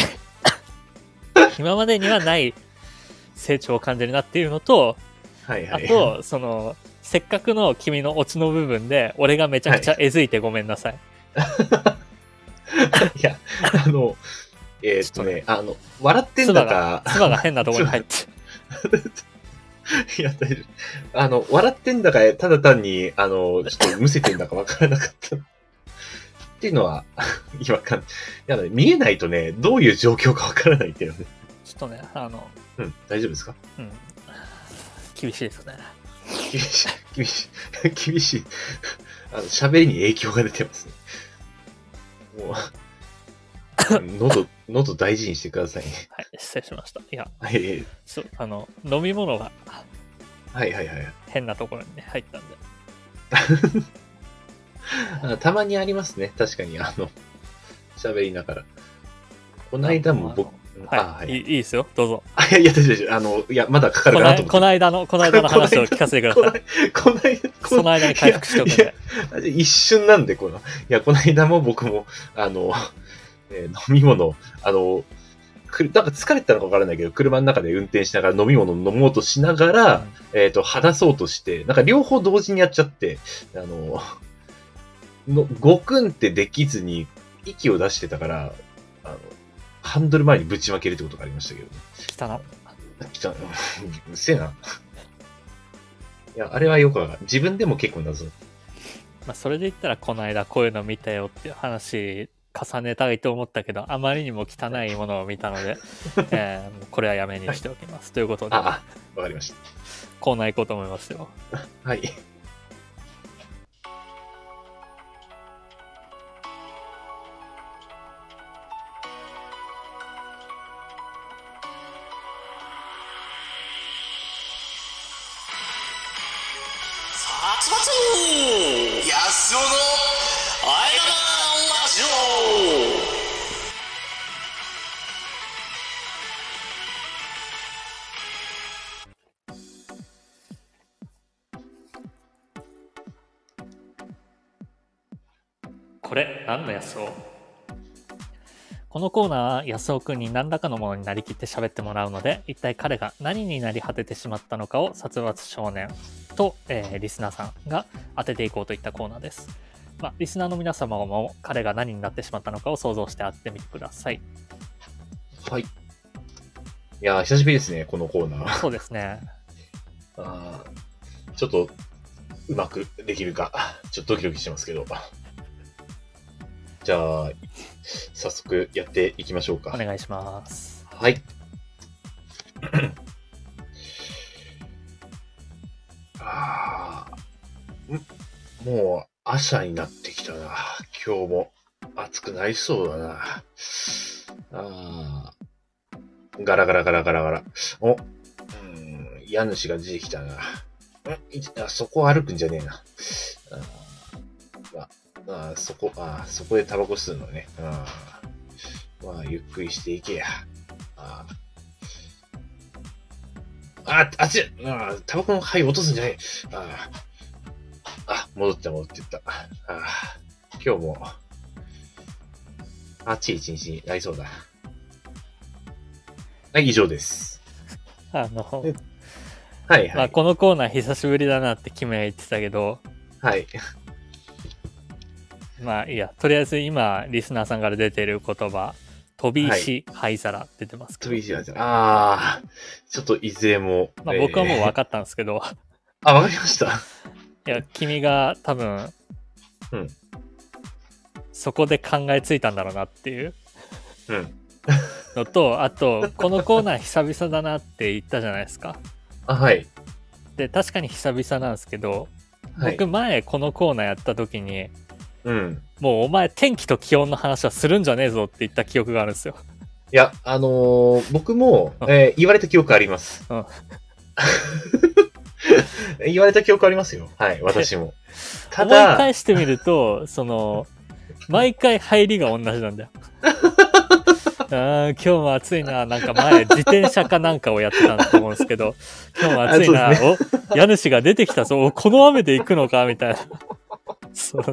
[SPEAKER 1] *coughs* 今までにはない成長を感じるなっていうのと
[SPEAKER 2] はい
[SPEAKER 1] あ
[SPEAKER 2] はい。
[SPEAKER 1] とそのせっかくの君のオチの部分で俺がめちゃくちゃえずいてごめんなさい、
[SPEAKER 2] いや、あの、えーっとね、あの、笑ってんだか、
[SPEAKER 1] 妻が変なところに *laughs* 入って
[SPEAKER 2] いや、大丈夫。あの、笑ってんだか、ただ単に、あの、ちょっとむせてんだかわからなかった。っていうのは、今かん、いや、見えないとね、どういう状況かわからないっていうのね。
[SPEAKER 1] ちょっとねあの、
[SPEAKER 2] うん、大丈夫ですか
[SPEAKER 1] うん、厳しいですね
[SPEAKER 2] 厳しい、厳しい、厳しい。あの、喋りに影響が出てますね。もう、喉、喉大事にしてくださいね。
[SPEAKER 1] はい失礼しましたいや
[SPEAKER 2] はい、
[SPEAKER 1] そうあの飲み物が
[SPEAKER 2] はい、はい、はい。
[SPEAKER 1] 変なところにね入ったんで
[SPEAKER 2] あたまにありますね。確かに、あの、喋りながら。この間も僕、
[SPEAKER 1] はい、、
[SPEAKER 2] あ、はい
[SPEAKER 1] い
[SPEAKER 2] い。
[SPEAKER 1] いですよどうぞ
[SPEAKER 2] あ、いや、いや、大丈夫、大丈夫。あの、いや、まだかか
[SPEAKER 1] こ
[SPEAKER 2] るかなと
[SPEAKER 1] の
[SPEAKER 2] 思
[SPEAKER 1] こ
[SPEAKER 2] って。
[SPEAKER 1] の間のこの間の話を聞かせてください
[SPEAKER 2] この間、 *laughs* こ
[SPEAKER 1] その
[SPEAKER 2] の
[SPEAKER 1] 間に回復しておくんで
[SPEAKER 2] 間、一瞬なんで、この、いや、この間も僕も、あの、えー飲み物、あの、くるなんか疲れてたのかわからないけど、車の中で運転しながら飲み物飲もうとしながら、えっ、と、話そうとして、なんか両方同時にやっちゃって、あの、の、ごくんってできずに、息を出してたから、あの、ハンドル前にぶちまけるってことがありましたけど、ね、
[SPEAKER 1] 来たな
[SPEAKER 2] きた、うっせえな。いや、あれはよくわかる。自分でも結構謎。
[SPEAKER 1] まあ、それで言ったらこの間こういうの見たよっていう話重ねたいと思ったけどあまりにも汚いものを見たの
[SPEAKER 2] *laughs*
[SPEAKER 1] で、えーもうこれはやめにしておきますということで
[SPEAKER 2] ああ、わかりまし
[SPEAKER 1] コーナー行こうと思いますよ
[SPEAKER 2] た。はい。
[SPEAKER 3] 殺伐安男のあえラジオ
[SPEAKER 1] これ何の安尾このコーナーは安尾くんに何らかのものになりきって喋ってもらうので一体彼が何になり果ててしまったのかを殺伐少年と、えーリスナーさんが当てていこうといったコーナーです、まあ、リスナーの皆様も彼が何になってしまったのかを想像して当ててみてください
[SPEAKER 2] はい。いやー、久しぶりですね、このコーナー。
[SPEAKER 1] そうですね
[SPEAKER 2] あーちょっと、うまくできるか、 *laughs* ちょっとドキドキしてますけど。 *laughs* じゃあ、早速やっていきましょうか。
[SPEAKER 1] お願いします
[SPEAKER 2] *coughs* はい。ああ、んもう朝になってきたな、今日も。熱くなりそうだな。あーガラガラガラガラガラ。お、うーん、家主が出てきたな。んいあそこ歩くんじゃねえな。あーまあ、まあ、そこ、あーそこでタバコ吸うのね。あーまあ、ゆっくりしていけや。あーあ、あっちあータバコの灰落とすんじゃねえ。あーあ、戻って戻ってった。あー今日も、暑い一日になりそうだ。はい、以上です。
[SPEAKER 1] あの、
[SPEAKER 2] えはい
[SPEAKER 1] ま
[SPEAKER 2] は
[SPEAKER 1] あ、
[SPEAKER 2] い。
[SPEAKER 1] このコーナー久しぶりだなってキムが言ってたけど、
[SPEAKER 2] はい。
[SPEAKER 1] まあいいや、とりあえず今、リスナーさんから出てる言葉、飛び石、灰皿出てますけ
[SPEAKER 2] 飛
[SPEAKER 1] ど
[SPEAKER 2] び石が出たあー、ちょっといずれも。
[SPEAKER 1] まあ、僕はもう
[SPEAKER 2] えー
[SPEAKER 1] 分かったんですけど、
[SPEAKER 2] あ、わかりました。
[SPEAKER 1] いや、君が多分、
[SPEAKER 2] うん
[SPEAKER 1] そこで考えついたんだろうなっていう
[SPEAKER 2] うん。
[SPEAKER 1] のと、あと、このコーナー久々だなって言ったじゃないですか。
[SPEAKER 2] あ、はい。
[SPEAKER 1] で、確かに久々なんですけど、
[SPEAKER 2] はい
[SPEAKER 1] 僕。前このコーナーやった時に、
[SPEAKER 2] うん。
[SPEAKER 1] もうお前天気と気温の話はするんじゃねえぞって言った記憶があるんですよ。
[SPEAKER 2] いや、あのー僕も、
[SPEAKER 1] うん
[SPEAKER 2] えー言われた記憶あります。
[SPEAKER 1] うん
[SPEAKER 2] *laughs* 言われた記憶ありますよ。はい、
[SPEAKER 1] *laughs*
[SPEAKER 2] 私も。た
[SPEAKER 1] 思い
[SPEAKER 2] だ、
[SPEAKER 1] 返してみると、 *laughs* その、毎回入りが同じなんだ
[SPEAKER 2] *laughs*
[SPEAKER 1] よ。あー今日も暑いな、なんか前、自転車かなんかをやってたんだと思うんですけど、今日も暑いな、
[SPEAKER 2] あ
[SPEAKER 1] お、家主が出てきたぞ、おこの雨で行くのか、みたいな。その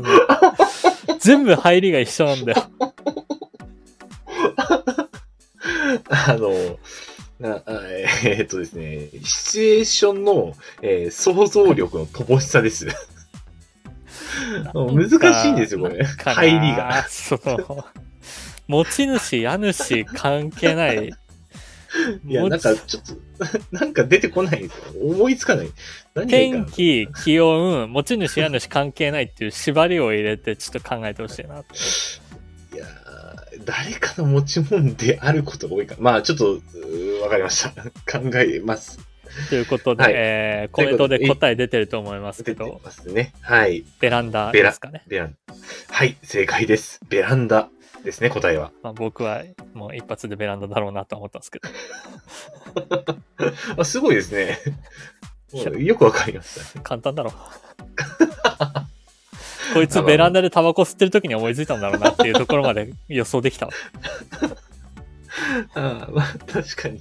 [SPEAKER 1] 全部入りが一緒なんだよ。
[SPEAKER 2] あの、なあえーっとですね、シチュエーションの、えー想像力の乏しさです。難しいんですよ、これ。
[SPEAKER 1] なんかな
[SPEAKER 2] 入りが。。
[SPEAKER 1] そ
[SPEAKER 2] *laughs*
[SPEAKER 1] の、持ち主、家主関係ない。
[SPEAKER 2] いや、なんかちょっと、 *laughs* なんか出てこないんですよ。思いつかない。何がいいか
[SPEAKER 1] 天
[SPEAKER 2] な。
[SPEAKER 1] 気、気温、持ち主、家主関係ないっていう縛りを入れて、ちょっと考えてほしいなって。
[SPEAKER 2] いやー誰かの持ち物であることが多いから。まあ、ちょっと、うーわかりました。考えます。
[SPEAKER 1] ということで、
[SPEAKER 2] はい
[SPEAKER 1] えーコメント
[SPEAKER 2] と
[SPEAKER 1] で
[SPEAKER 2] いうこと
[SPEAKER 1] 答
[SPEAKER 2] で
[SPEAKER 1] え出てると思いますけ
[SPEAKER 2] 出て
[SPEAKER 1] ど、
[SPEAKER 2] ますね。はい。
[SPEAKER 1] ベランダですかね。
[SPEAKER 2] ベランはい、正解です。ベランダですね、答えは。
[SPEAKER 1] まあ、僕はもう一発でベランダだろうなとは思ったんですけど、
[SPEAKER 2] あすごいですね。
[SPEAKER 1] いや
[SPEAKER 2] よくわかりました。
[SPEAKER 1] 簡単 *laughs* だろう。こいつベランダでタバコ吸ってる時に思いついたんだろうなっていうところまで予想できたわ。
[SPEAKER 2] あーまあ、確かに。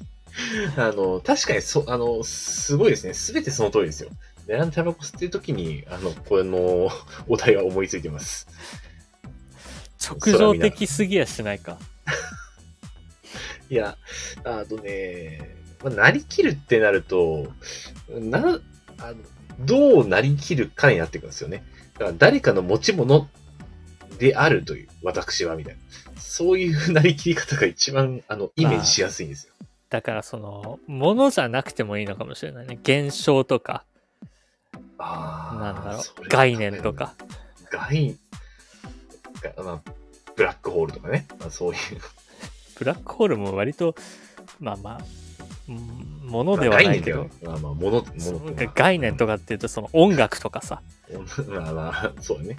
[SPEAKER 2] あの、確かに、そ、あの、すごいですね。すべてその通りですよ。ベランダタバコ吸ってる時に、あの、これのお題は思いついてます。
[SPEAKER 1] *laughs* 直情的すぎやしないか。
[SPEAKER 2] いや、あとね、まあ、なりきるってなると、な、あの、どうなりきるかになってくるんですよね。だから誰かの持ち物であるという、私は、みたいな。そういうなりきり方が一番、あの、イメージしやすいんですよ。
[SPEAKER 1] だからその、ものじゃなくてもいいのかもしれないね。現象とか、
[SPEAKER 2] あ
[SPEAKER 1] なんだろう
[SPEAKER 2] それ、
[SPEAKER 1] 概念とか。
[SPEAKER 2] 概念、がまあ、ブラックホールとかね。まあ、そういう。
[SPEAKER 1] ブラックホールも割と、まあまあ、うんも
[SPEAKER 2] ま
[SPEAKER 1] の
[SPEAKER 2] あ
[SPEAKER 1] ではな
[SPEAKER 2] 概
[SPEAKER 1] い
[SPEAKER 2] 念
[SPEAKER 1] け
[SPEAKER 2] では
[SPEAKER 1] ど
[SPEAKER 2] な、い。まあまあ、もの、も
[SPEAKER 1] そ
[SPEAKER 2] の
[SPEAKER 1] うなんか概念と
[SPEAKER 2] か。
[SPEAKER 1] かっていうと、その音楽とかさ、
[SPEAKER 2] まあまあ、そうだね。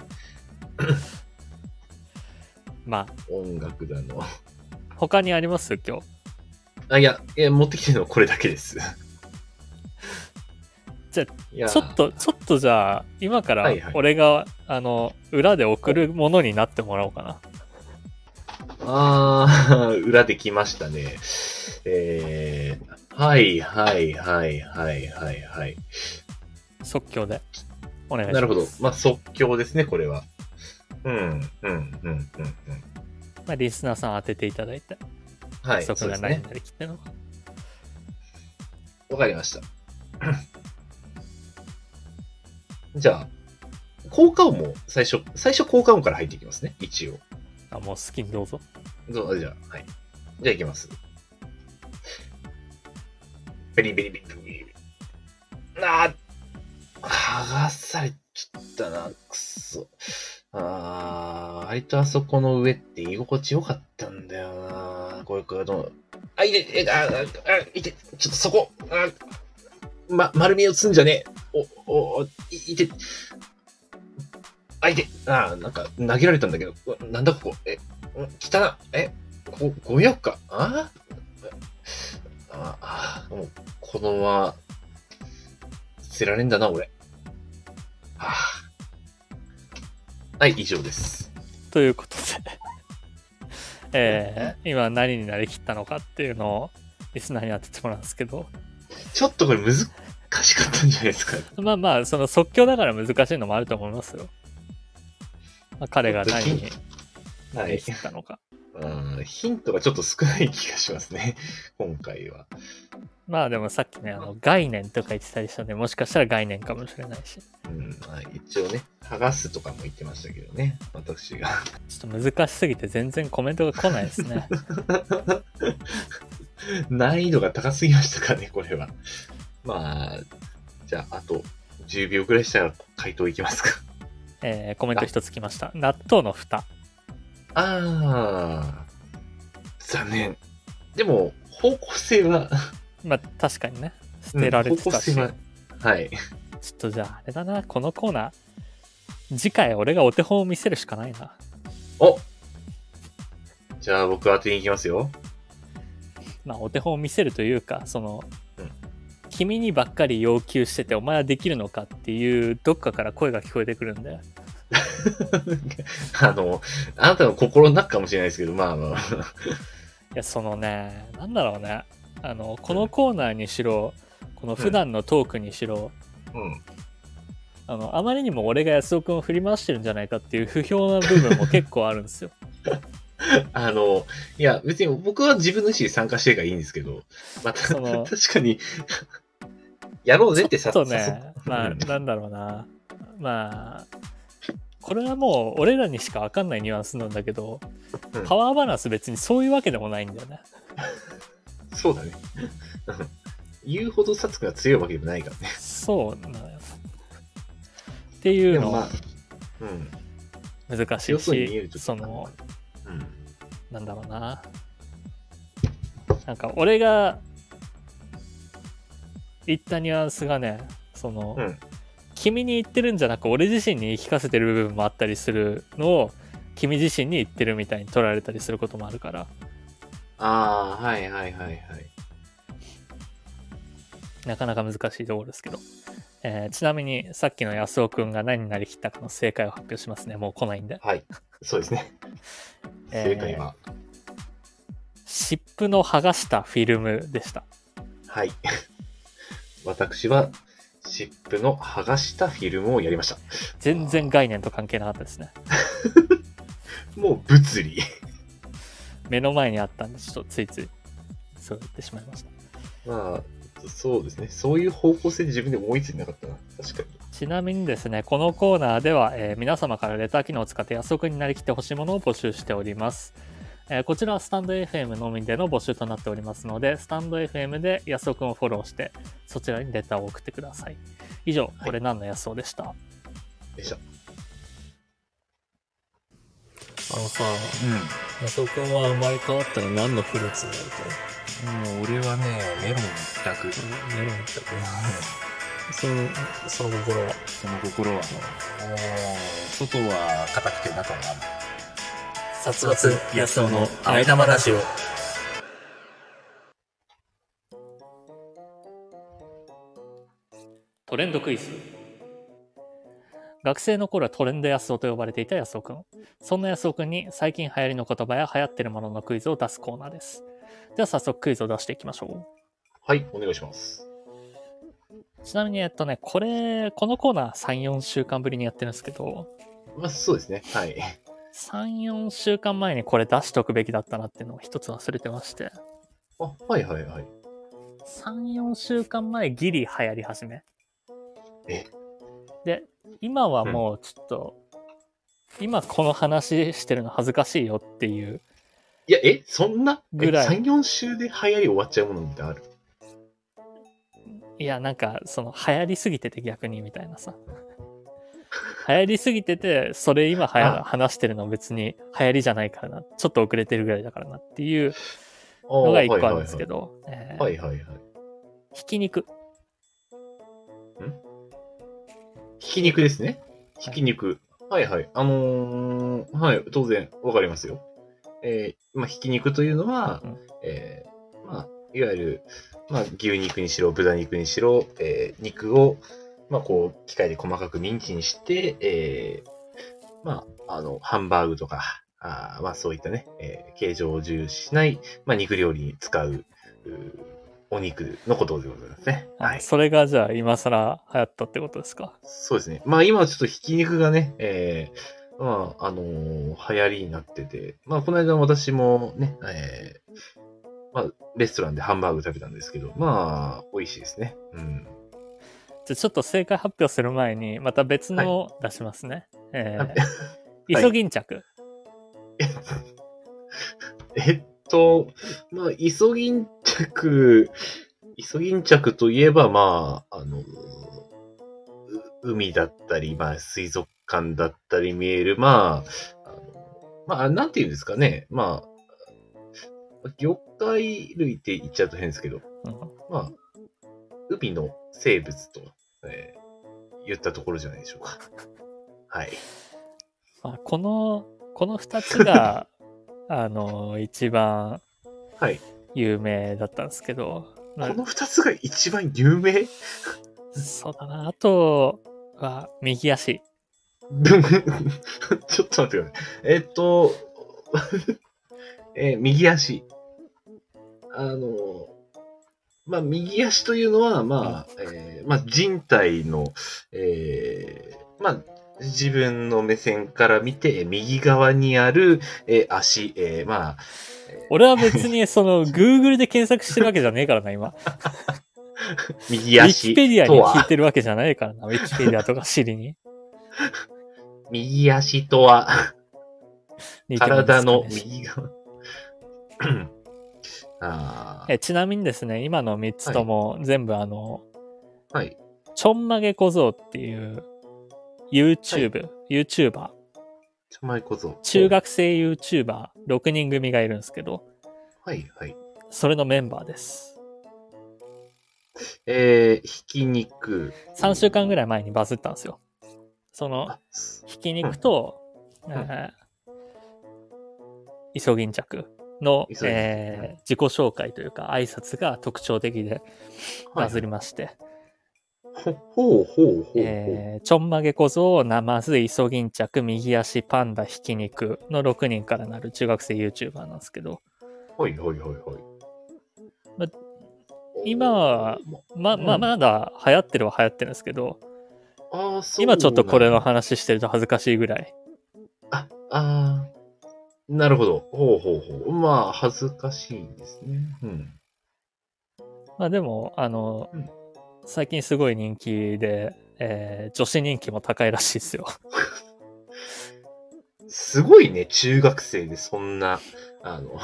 [SPEAKER 1] まあ、
[SPEAKER 2] 音楽だの。
[SPEAKER 1] 他にあります今日。
[SPEAKER 2] あ、いや、いや持ってきてるのはこれだけです。
[SPEAKER 1] じゃ
[SPEAKER 2] いや
[SPEAKER 1] ちょっと、ちょっとじゃあ、今から
[SPEAKER 2] はいはい
[SPEAKER 1] 俺が、あの、裏で送るものになってもらおうかな。
[SPEAKER 2] あー、裏で来ましたね。えー、はいはいはいはいはいはい。
[SPEAKER 1] 即興で。お願いします。
[SPEAKER 2] なるほど。まあ、即興ですね、これは。うん、うん、うん、うん、うん。
[SPEAKER 1] まあ、リスナーさん当てていただいて、
[SPEAKER 2] はい、そ
[SPEAKER 1] 即
[SPEAKER 2] うで
[SPEAKER 1] が
[SPEAKER 2] す
[SPEAKER 1] 何
[SPEAKER 2] ね
[SPEAKER 1] に。なりきっての。
[SPEAKER 2] わかりました。 *clears throat* じゃあ、効果音も最初、最初効果音から入っていきますね、一応。
[SPEAKER 1] あ、もう好きにどうぞ。
[SPEAKER 2] どうじゃあ、はい。じゃあ、いきます。ベリベリベリベリベリ。あー剥がされちゃったな、くそ。あー、割とあそこの上って居心地良かったんだよな。これからどうあ、いて、え、あ、あ、あいて、ちょっとそこ、あ、ま、丸みをつんじゃねえ。お、お、おいいて、あ、いて、ああ、なんか投げられたんだけど、うわなんだここ、え、うん汚っえ、こゴミ箱か、ああああ、もう、このまま、捨てられんだな、俺。はあ、はい、以上です。
[SPEAKER 1] ということで、 *laughs* えー今何になりきったのかっていうのをリスナーに当ててもらうんですけど、
[SPEAKER 2] ちょっとこれ難しかったんじゃないですか。
[SPEAKER 1] まあまあ、その即興だから難しいのもあると思いますよ。まあ、彼が何にな
[SPEAKER 2] は
[SPEAKER 1] り
[SPEAKER 2] い
[SPEAKER 1] き。ったのか。
[SPEAKER 2] うん、ヒントがちょっと少ない気がしますね。今回は。
[SPEAKER 1] まあでもさっきね、あの概念とか言ってたりしたので、もしかしたら概念かもしれないし、
[SPEAKER 2] うん、まあ一応ね、剥がすとかも言ってましたけどね、私が。
[SPEAKER 1] ちょっと難しすぎて全然コメントが来ないです
[SPEAKER 2] *laughs*
[SPEAKER 1] ね。
[SPEAKER 2] 難易度が高すぎましたかね、これは。まあ、じゃあ、あと10秒くらいしたら回答いきますか。
[SPEAKER 1] えーコメント一つ来ました。納豆の蓋。
[SPEAKER 2] あー、残念。でも、方向性は、
[SPEAKER 1] まあ確かにね、捨てられて
[SPEAKER 2] うん方
[SPEAKER 1] た
[SPEAKER 2] 向
[SPEAKER 1] し。
[SPEAKER 2] 性は、はい。
[SPEAKER 1] ちょっとじゃああれだな、このコーナー、次回俺がお手本を見せるしかないな。
[SPEAKER 2] おじゃあ、僕当てに行きますよ。
[SPEAKER 1] まあお手本を見せるというか、その、
[SPEAKER 2] うん
[SPEAKER 1] 君にばっかり要求しててお前はできるのかっていうどっかから声が聞こえてくるんで、
[SPEAKER 2] あの、あなたの心の中かもしれないですけど、まあまあまあ、
[SPEAKER 1] いやそのね、なんだろうね、あの、このコーナーにしろ、この普段のトークにしろ、
[SPEAKER 2] うん。
[SPEAKER 1] あの、あまりにも俺が安尾くんを振り回してるんじゃないかっていう不評な部分も結構あるん
[SPEAKER 2] *laughs*
[SPEAKER 1] ですよ。
[SPEAKER 2] あの、いや、別に僕は自分の意思で参加してるからいいんですけど、まあ、た
[SPEAKER 1] その
[SPEAKER 2] 確かに、やろうぜって
[SPEAKER 1] ちょ
[SPEAKER 2] さ
[SPEAKER 1] っと
[SPEAKER 2] 誘っ
[SPEAKER 1] ね、まあ、
[SPEAKER 2] うん
[SPEAKER 1] なんだろうな。まあ、これはもう俺らにしか分かんないニュアンスなんだけど、
[SPEAKER 2] うん
[SPEAKER 1] パワーバランス別にそういうわけでもないんだよね。
[SPEAKER 2] そうだね。 *laughs* うん言うほどサツくんが強いわけでもないからね。
[SPEAKER 1] そうなのよ。っていう
[SPEAKER 2] で
[SPEAKER 1] の
[SPEAKER 2] もまあ
[SPEAKER 1] は、
[SPEAKER 2] うん。
[SPEAKER 1] 難し
[SPEAKER 2] 強
[SPEAKER 1] い
[SPEAKER 2] そうに見える
[SPEAKER 1] し、
[SPEAKER 2] と
[SPEAKER 1] その、、
[SPEAKER 2] うん。
[SPEAKER 1] なんだろうな。なんか俺が言ったニュアンスがね、その、
[SPEAKER 2] うん
[SPEAKER 1] 君に言ってるんじゃなく俺自身に言い聞かせてる部分もあったりするのを君自身に言ってるみたいに取られたりすることもあるから
[SPEAKER 2] ああ、はいはいはいはい。
[SPEAKER 1] なかなか難しいところですけど、えーちなみにさっきの安尾くんが何になりきったかの正解を発表しますねもう来ないんで
[SPEAKER 2] はい。そうですね。
[SPEAKER 1] *laughs* えー
[SPEAKER 2] 正解は。
[SPEAKER 1] 湿布の剥がしたフィルムでした
[SPEAKER 2] はい。 *laughs* 私は、湿布の剥がしたフィルムをやりました。
[SPEAKER 1] 全然概念と関係なかったですね
[SPEAKER 2] もう物理。 *laughs*
[SPEAKER 1] 目の前にあったんでちょっとついついそう言ってしまいました
[SPEAKER 2] まあ、そうですね。そういう方向性で自分で思いついてなかったな。確かに。
[SPEAKER 1] ちなみにですね、このコーナーでは、えー皆様からレター機能を使って安くになりきってほしいものを募集しております。えーこちらはスタンド FM のみでの募集となっておりますので、スタンド FM で安尾くんをフォローして、そちらにレターを送ってください。以上、
[SPEAKER 2] はい
[SPEAKER 1] これ何の安尾でした。
[SPEAKER 2] でした。
[SPEAKER 1] あのさ、
[SPEAKER 2] う
[SPEAKER 1] 安尾くんは生まれ変わったら何のフルーツになると
[SPEAKER 2] ん。俺はね、メロンだく。
[SPEAKER 1] メロンってその、その心は。
[SPEAKER 2] その心は、外は硬くて中は
[SPEAKER 1] 殺伐安尾のあえ玉ラジオ。トレンドクイズ。学生の頃はトレンド安尾と呼ばれていた安尾くん。そんな安尾くんに最近流行りの言葉や流行ってるもののクイズを出すコーナーです。では早速クイズを出していきましょ
[SPEAKER 2] はい、お願いします。
[SPEAKER 1] う。ちなみに、えっとね、これ、このコーナー3、4週間ぶりにやってるんですけど、
[SPEAKER 2] まあ、そうですね。はい。
[SPEAKER 1] 3、4週間前にこれ出しておくべきだったなっていうのを一つ忘れてまして。
[SPEAKER 2] あ、はいはいはい。
[SPEAKER 1] 34週間前ギリ流行り始め
[SPEAKER 2] え
[SPEAKER 1] で今はもうちょっと、今この話してるの恥ずかしいよっていう
[SPEAKER 2] いや、え、そんな
[SPEAKER 1] ぐらい
[SPEAKER 2] え3、4週で流行り終わっちゃうものってある
[SPEAKER 1] いやなんかその流行りすぎてて逆にみたいな
[SPEAKER 2] *laughs*
[SPEAKER 1] さ流行りすぎててそれ今はや
[SPEAKER 2] あ
[SPEAKER 1] 話してるの別に流行りじゃないからなちょっと遅れてるぐらいだからなっていう
[SPEAKER 2] の
[SPEAKER 1] のが1個あるんですけ。どえー
[SPEAKER 2] はいはいはいはいはいはい。
[SPEAKER 1] ひき肉
[SPEAKER 2] ひき肉ですね。ひき肉。はいはい。あのーはい、当然わかりますよ。えーまあ、ひき肉というのは、
[SPEAKER 1] うん
[SPEAKER 2] えーまあ、いわゆる、まあ、牛肉にしろ、豚肉にしろ、えー肉を、まあ、こう、機械で細かくミンチにして、えーまあ、あの、ハンバーグとか、あーまあ、そういったね、えー形状を重視しない、まあ、肉料理に使う、うーお肉のことでございますね。はい。
[SPEAKER 1] それがじゃあ今更流行ったってことですか。
[SPEAKER 2] そうですね。まあ今はちょっとひき肉がね、えー、まあ、あのー流行りになってて、まあこの間私もね、えー、まあレストランでハンバーグ食べたんですけど、まあ美味しいですね。うん。
[SPEAKER 1] じゃあちょっと正解発表する前に、また別のを出しますね。え
[SPEAKER 2] はい
[SPEAKER 1] *laughs* ー、イソギンチャク。
[SPEAKER 2] えっと、まあ、イソギンチャク、イソギンチャクといえば、まあ、あの、う海だったり、まあ、水族館だったり見える、まあ、あのまあ、なんていうんですかね、まあ、魚介類って言っちゃうと変ですけど、
[SPEAKER 1] うん
[SPEAKER 2] まあ、海の生物と、えー言ったところじゃないでしょうか。はい。
[SPEAKER 1] まあ、この、この2つ
[SPEAKER 2] *laughs*
[SPEAKER 1] が、あの、一番
[SPEAKER 2] はい。
[SPEAKER 1] 有名だったんですけど、まあ
[SPEAKER 2] この二つが一番有名
[SPEAKER 1] そうだな。あとは、右足。
[SPEAKER 2] でも *laughs* ちょっと待ってください。えっと、 *laughs* えー右足。あの、まあ、右足というのは、まあ、えーまあ、人体の、えーまあ、自分の目線から見て、右側にある、えー足、えーまあ、
[SPEAKER 1] 俺は別に、そ
[SPEAKER 2] *laughs*
[SPEAKER 1] の、Google で検索してるわけじゃねえからな、今。ウィ
[SPEAKER 2] 右
[SPEAKER 1] キ
[SPEAKER 2] 足
[SPEAKER 1] ペディア
[SPEAKER 2] と
[SPEAKER 1] に聞い
[SPEAKER 2] は、
[SPEAKER 1] てるわけじゃないからな、ウィキペディアとかシリに。
[SPEAKER 2] 右足とは、
[SPEAKER 1] 似てるんですかね
[SPEAKER 2] 体の右側。 *clears throat* あ
[SPEAKER 1] えちなみにですね、今の3つとも全部あの、
[SPEAKER 2] あ、はい。
[SPEAKER 1] ちょんまげ小僧っていう YouTube、YouTuber、
[SPEAKER 2] ちょまい小僧。
[SPEAKER 1] 中学生 YouTuber6 人組がいるんですけど、
[SPEAKER 2] はいはい。
[SPEAKER 1] それのメンバーです。
[SPEAKER 2] えー、ひき肉。
[SPEAKER 1] 3週間ぐらい前にバズったんですよ。その、
[SPEAKER 2] あす
[SPEAKER 1] ひき肉と、
[SPEAKER 2] ん
[SPEAKER 1] えーイソギンチャクの
[SPEAKER 2] イ、ソギンチャク
[SPEAKER 1] えー自己紹介というか挨拶が特徴的で
[SPEAKER 2] はい
[SPEAKER 1] バズりまして、
[SPEAKER 2] ほほうほうほうほう。
[SPEAKER 1] えーちょんまげ小僧、なまず、イソギンチャク、右足、パンダ、ひき肉の6人からなる中学生 YouTuber なんですけど、
[SPEAKER 2] ほいほいほいほい。
[SPEAKER 1] ま今はま、まあ、
[SPEAKER 2] うん
[SPEAKER 1] まだ流行ってるは流行ってるんですけど、
[SPEAKER 2] あーそう
[SPEAKER 1] 今ちょっとこれの
[SPEAKER 2] なんだ
[SPEAKER 1] 話してると恥ずかしいぐらい。
[SPEAKER 2] あ、あーなるほど。ほうほうほう。まあ、恥ずかしいですね。うん。
[SPEAKER 1] まあでも、あの
[SPEAKER 2] うん、
[SPEAKER 1] 最近すごい人気で、えー女子人気も高いらしいですよ。 *laughs*
[SPEAKER 2] すごいね、中学生でそんな、あの、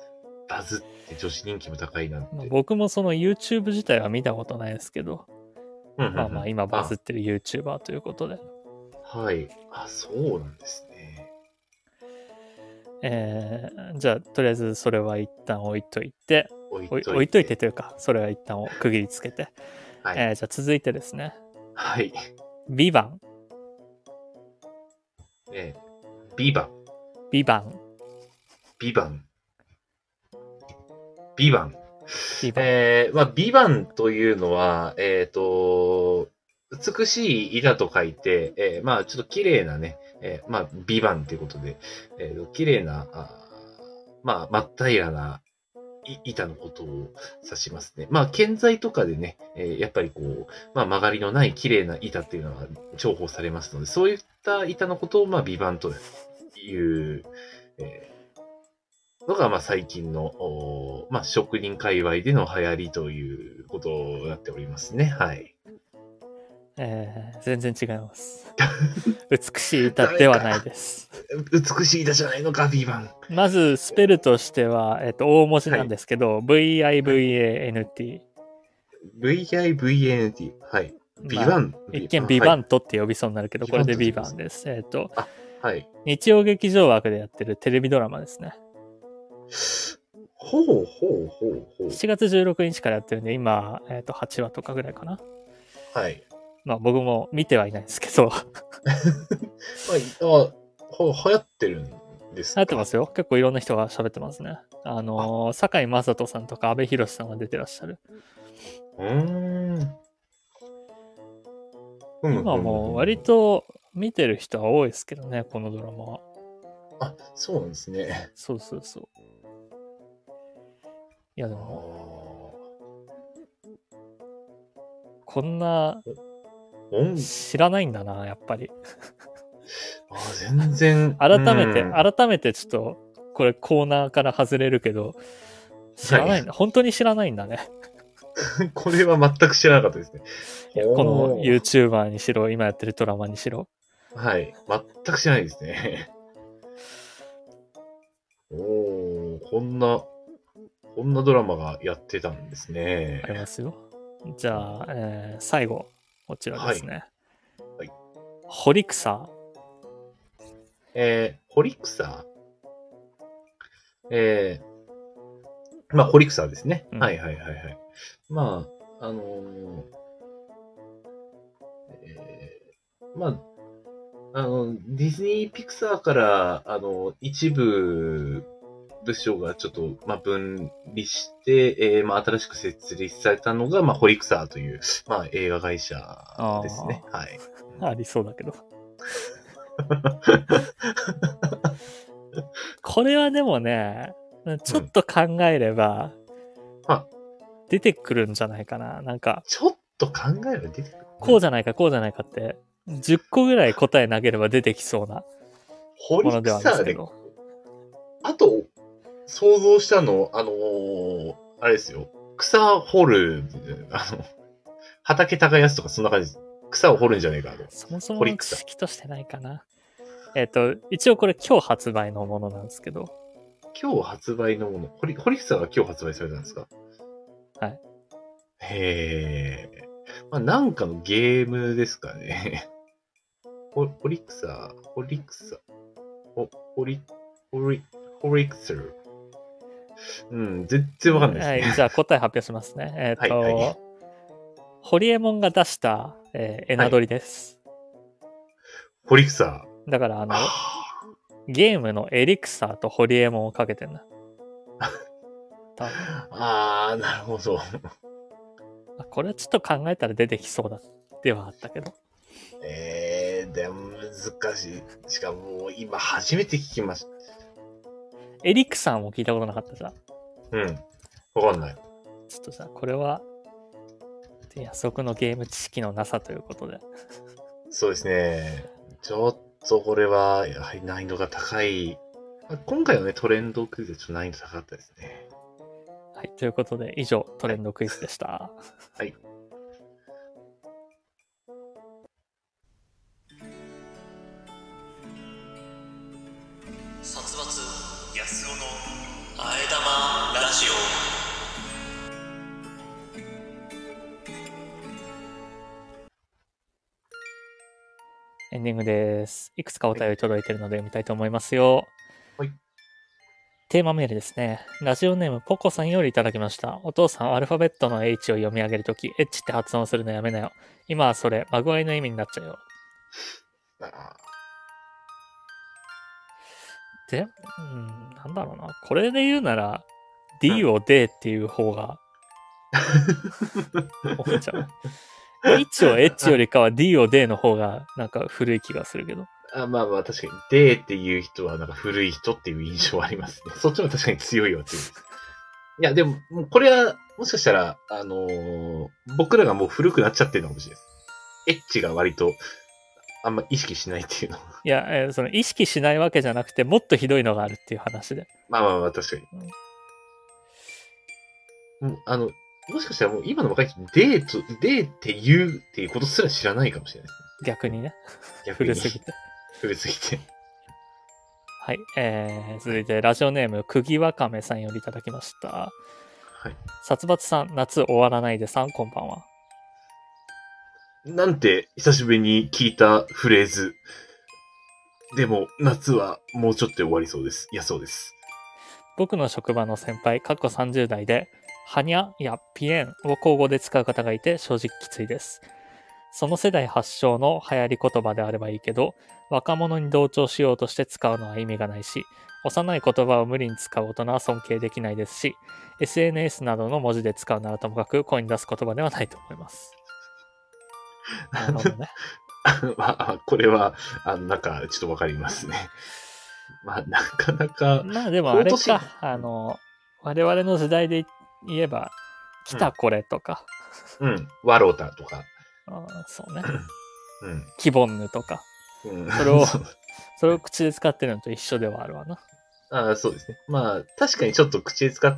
[SPEAKER 2] *laughs* バズって女子人気も高いなんて。
[SPEAKER 1] まあ僕もその YouTube 自体は見たことないですけど、
[SPEAKER 2] うんうんうん
[SPEAKER 1] まあまあ今バズってる YouTuber ということで、
[SPEAKER 2] あはい。あ、そうなんですね。
[SPEAKER 1] えーじゃあとりあえずそれは一旦置いといて、
[SPEAKER 2] 置い
[SPEAKER 1] おい置いといて。というか、それは一旦を区切りつけて。
[SPEAKER 2] はい
[SPEAKER 1] えーじゃあ続いてですね、
[SPEAKER 2] はい。
[SPEAKER 1] ビバン、
[SPEAKER 2] えー、ビバン。
[SPEAKER 1] ビバン、
[SPEAKER 2] ビバン。ビバン。
[SPEAKER 1] ビバン。
[SPEAKER 2] えー、まあ、ビバンというのは、えっ、と、美しい板と書いて、えーまあ、ちょっと綺麗なね、えーまあ、ビバンということで、えー、綺麗な、あーまあ、真っ平らな、い板のことを指しますね。まあ、建材とかでね、えーやっぱりこう、まあ、曲がりのない綺麗な板っていうのは重宝されますので、そういった板のことを、まあ、ビバンという、えーのが、まあ、最近の、おーまあ、職人界隈での流行りということになっておりますね。はい。
[SPEAKER 1] えー全然違い
[SPEAKER 2] *laughs*
[SPEAKER 1] ます。美しい歌ではないです。
[SPEAKER 2] 美しいだじゃないのか、ビーバン。
[SPEAKER 1] まず、スペルとしては、えっと、大文字なんですけど、VIVANT。
[SPEAKER 2] VIVNT。はい。ビバ
[SPEAKER 1] ン。
[SPEAKER 2] ン。
[SPEAKER 1] 一見、ビバ
[SPEAKER 2] ン。
[SPEAKER 1] ントって呼びそうになるけど、これでビ
[SPEAKER 2] ビ
[SPEAKER 1] バ
[SPEAKER 2] バ
[SPEAKER 1] ン
[SPEAKER 2] ント
[SPEAKER 1] です。えっと、
[SPEAKER 2] はい。はい
[SPEAKER 1] 日曜劇場枠でやってるテレビドラマですね。
[SPEAKER 2] ほうほうほうほ
[SPEAKER 1] 7月16日からやってるんで、今、えっと、8話とかぐらいかな。
[SPEAKER 2] う。はい。
[SPEAKER 1] まあ、僕も見てはいないですけど、
[SPEAKER 2] まあ、あほ流行ってるんですか
[SPEAKER 1] なってますよ。結構いろんな人が喋ってますね。あのー、堺井雅人さんとか阿部寛さんが出てらっしゃる。
[SPEAKER 2] うーん。
[SPEAKER 1] 今もう割と見てる人は多いですけどね、このドラマは。
[SPEAKER 2] あ、そうなんですね。
[SPEAKER 1] そうそうそう。いやでも、こんな
[SPEAKER 2] 音
[SPEAKER 1] 知らないんだな、やっぱり。
[SPEAKER 2] あ全然。
[SPEAKER 1] 改めて、
[SPEAKER 2] うん
[SPEAKER 1] 改めてちょっと、これコーナーから外れるけど、知らないんだ。本当に知らないんだね。
[SPEAKER 2] これは全く知らなかったですね。
[SPEAKER 1] いやこの
[SPEAKER 2] おー
[SPEAKER 1] YouTuber にしろ、今やってるドラマにしろ。
[SPEAKER 2] はい。全く知らないですね。おー、こんな、こんなドラマがやってたんですね
[SPEAKER 1] あ。りますよ。じゃあ、えー最後、こちらですね。
[SPEAKER 2] はいはい
[SPEAKER 1] 堀草。
[SPEAKER 2] えー、ホリクサーえー、まあ、ホリクサーですね。
[SPEAKER 1] うん
[SPEAKER 2] はいはいはいはい。まあ、あのーえーまあ、あの、ディズニーピクサーから、あの、一部部署がちょっと、まあ、分離して、えーまあ、新しく設立されたのが、まあ、ホリクサーという、まあ、映画会社ですね。はい。
[SPEAKER 1] ありそうだ
[SPEAKER 2] *laughs*
[SPEAKER 1] けど。これはでもね、ちょっと考えれば
[SPEAKER 2] あ、
[SPEAKER 1] 出てくるんじゃないかな。なんか、
[SPEAKER 2] ちょっと考えれば出てくる。
[SPEAKER 1] こうじゃないか、こうじゃないかって、10個ぐらい答え投げれば出てきそうな
[SPEAKER 2] ホリ
[SPEAKER 1] もの
[SPEAKER 2] ク
[SPEAKER 1] ではある
[SPEAKER 2] サ
[SPEAKER 1] んです
[SPEAKER 2] ー
[SPEAKER 1] け
[SPEAKER 2] で
[SPEAKER 1] ど。
[SPEAKER 2] あと、想像したの、あのーあれですよ。草掘る、あの、畑耕すとかそんな感じです。草を掘るんじゃねえかと。
[SPEAKER 1] そもそも
[SPEAKER 2] 堀
[SPEAKER 1] の知
[SPEAKER 2] 草
[SPEAKER 1] 識としてないかな。えっ、と、一応これ今日発売のものなんですけど、
[SPEAKER 2] 今日発売のもの、堀堀草が今日発売されたんですか
[SPEAKER 1] はい。
[SPEAKER 2] へえ。まあ、なんかのゲームですかね。 *laughs* ほ堀草、堀草、ほ堀、堀、堀草。うん、全然わかんないですね。
[SPEAKER 1] はい、じゃあ答え発表しますね。えっ、と、
[SPEAKER 2] はいはい
[SPEAKER 1] ホリエモンが出した、えー、エナドリです。
[SPEAKER 2] ホリクサ
[SPEAKER 1] だから、あの、
[SPEAKER 2] ー。
[SPEAKER 1] ゲームのエリクサーとホリエモンをかけてんだ。多分
[SPEAKER 2] あー、なるほど。
[SPEAKER 1] あこれはちょっと考えたら出てきそうだではあったけど。
[SPEAKER 2] えー、でも難しい。しかも、今初めて聞きました。
[SPEAKER 1] エリクサーも聞いたことなかったじゃん。
[SPEAKER 2] うん。わかんない。
[SPEAKER 1] ちょっとさ、これは、夜足のゲーム知識のなさということで。
[SPEAKER 2] そうですね。ちょっとこれは、やはり難易度が高い。あ今回のね、トレンドクイズはちょっと難易度高かったですね。
[SPEAKER 1] はい、ということで、以上、トレンドクイズでした。
[SPEAKER 2] はい。
[SPEAKER 3] 殺伐安尾のあえ玉ラジオ
[SPEAKER 1] エンディングです。いくつかお便り届いてるので読みたいと思いますよ。
[SPEAKER 2] はい
[SPEAKER 1] テーマメールですね。ラジオネームポコさんよりいただきました。お父さん、アルファベットの H を読み上げるとき、H って発音するのやめなよ。今はそれ、まぐわいの意味になっちゃうよ。
[SPEAKER 2] あ
[SPEAKER 1] で、うん、なんだろうな。これで言うなら、D を D っていう方が、思っちゃう。H を H よりかは D を D の方が、なんか古い気がするけど。
[SPEAKER 2] ーあまあまあ、確かに、でーっていう人は、なんか古い人っていう印象はありますね。そっちの方が確かに強いわ、強いです。いや、でも、もうこれは、もしかしたら、あのー僕らがもう古くなっちゃってるのかもしれないです。エッチが割と、あんま意識しないっていうの。
[SPEAKER 1] いや、えーその意識しないわけじゃなくて、もっとひどいのがあるっていう話で。
[SPEAKER 2] まあまあまあ、確かに。もうあの、もしかしたらもう今の若い人、デート、デーって言うっていうことすら知らないかもしれない
[SPEAKER 1] 逆にね、
[SPEAKER 2] ですね。逆に
[SPEAKER 1] *laughs* 古すぎ。て。
[SPEAKER 2] 古すぎて。
[SPEAKER 1] はい、えー、続いてラジオネーム、釘わかめさんよりいただきました。
[SPEAKER 2] はい。
[SPEAKER 1] 殺伐さん、夏終わらないでさん、こんばんは。
[SPEAKER 2] なんて、久しぶりに聞いたフレーズ。でも、夏はもうちょっとで終わりそうです。いや、そうです。 *laughs*
[SPEAKER 1] 僕の職場の先輩、過去30代で、はにゃやピエンを交互で使う方がいて、正直きついです。その世代発祥の流行り言葉であればいいけど、若者に同調しようとして使うのは意味がないし、幼い言葉を無理に使う大人は尊敬できないですし、SNS などの文字で使うならともかく声に出す言葉ではないと思い *laughs* ます。なるほどね。
[SPEAKER 2] まあ、これは、あの、なんか、ちょっとわかりますね。 *laughs* まあ、なかなか、
[SPEAKER 1] まあでもあれ
[SPEAKER 2] 今年
[SPEAKER 1] か、あの、我々の時代で言えば、来たこれとか、
[SPEAKER 2] うん、わろうたとか、
[SPEAKER 1] あーそうね、
[SPEAKER 2] うん、
[SPEAKER 1] キボンヌとか、
[SPEAKER 2] うん。
[SPEAKER 1] それ
[SPEAKER 2] *laughs*
[SPEAKER 1] を
[SPEAKER 2] う
[SPEAKER 1] それを口で使ってるのと一緒ではあるわな。
[SPEAKER 2] あーそうですね。まあ、確かにちょっと口で使っ、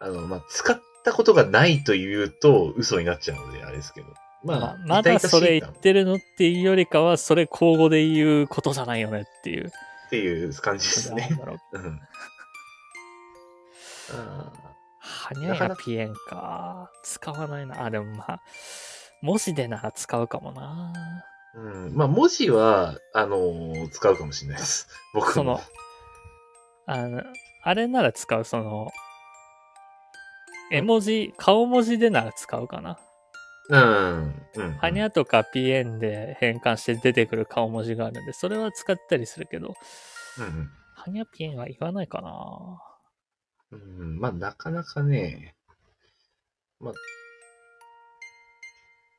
[SPEAKER 2] あの、まあ、使ったことがないというと嘘になっちゃうので、あれですけど。
[SPEAKER 1] ま
[SPEAKER 2] まあ
[SPEAKER 1] あ、、まだ
[SPEAKER 2] 痛々しい
[SPEAKER 1] それ言ってるのっていうよりかは、それ口語で言うことじゃないよねっていう。
[SPEAKER 2] っていう感じです
[SPEAKER 1] なん
[SPEAKER 2] ね。
[SPEAKER 1] だろう
[SPEAKER 2] うん。あ
[SPEAKER 1] はにゃやぴえんか。使わないな。あ、でもまあ、文字でなら使うかもな。
[SPEAKER 2] ー *laughs* うん、まあ、文字は、あのー使うかもしれないです。 *laughs* 僕
[SPEAKER 1] そ
[SPEAKER 2] も
[SPEAKER 1] の。、あの、あれなら使う、その、絵文字、顔文字でなら使うかな。
[SPEAKER 2] うん。うん。
[SPEAKER 1] はにゃとかぴえんで変換して出てくる顔文字があるんで、それは使ったりするけど、
[SPEAKER 2] うん
[SPEAKER 1] はにゃぴえんは言わないかな。
[SPEAKER 2] うん。うん。まあ、なかなかね、まあ、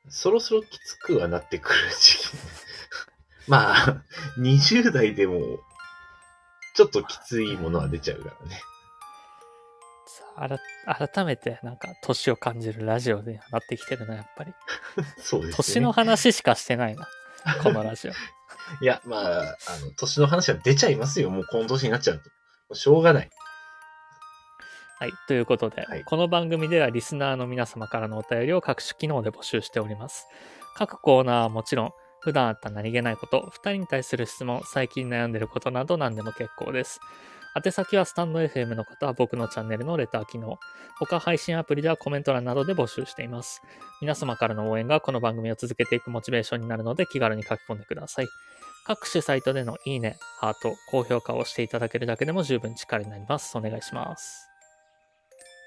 [SPEAKER 2] そろそろきつくはなってくる時期。 *laughs* まあ、20代でも、ちょっときついものは出ちゃうからね。 *laughs*
[SPEAKER 1] さあ改改めてなんか年を感じるラジオになってきてるなやっぱり
[SPEAKER 2] そうです
[SPEAKER 1] 年
[SPEAKER 2] ね。
[SPEAKER 1] の話しかしてないなこのラジオ
[SPEAKER 2] いや、まあ、あの、年の話は出ちゃいますよ。もうこの年になっちゃうと。もうしょうがない。
[SPEAKER 1] はいということで、
[SPEAKER 2] はい
[SPEAKER 1] この番組ではリスナーの皆様からのお便りを各種機能で募集しております各コーナーはもちろん普段あった何気ないこと2人に対する質問最近悩んでることなど何でも結構です宛先はスタンド FM の方は僕のチャンネルのレター機能他配信アプリではコメント欄などで募集しています皆様からの応援がこの番組を続けていくモチベーションになるので気軽に書き込んでください。各種サイトでのいいね、ハート、高評価をしていただけるだけでも十分力になります。お願いします。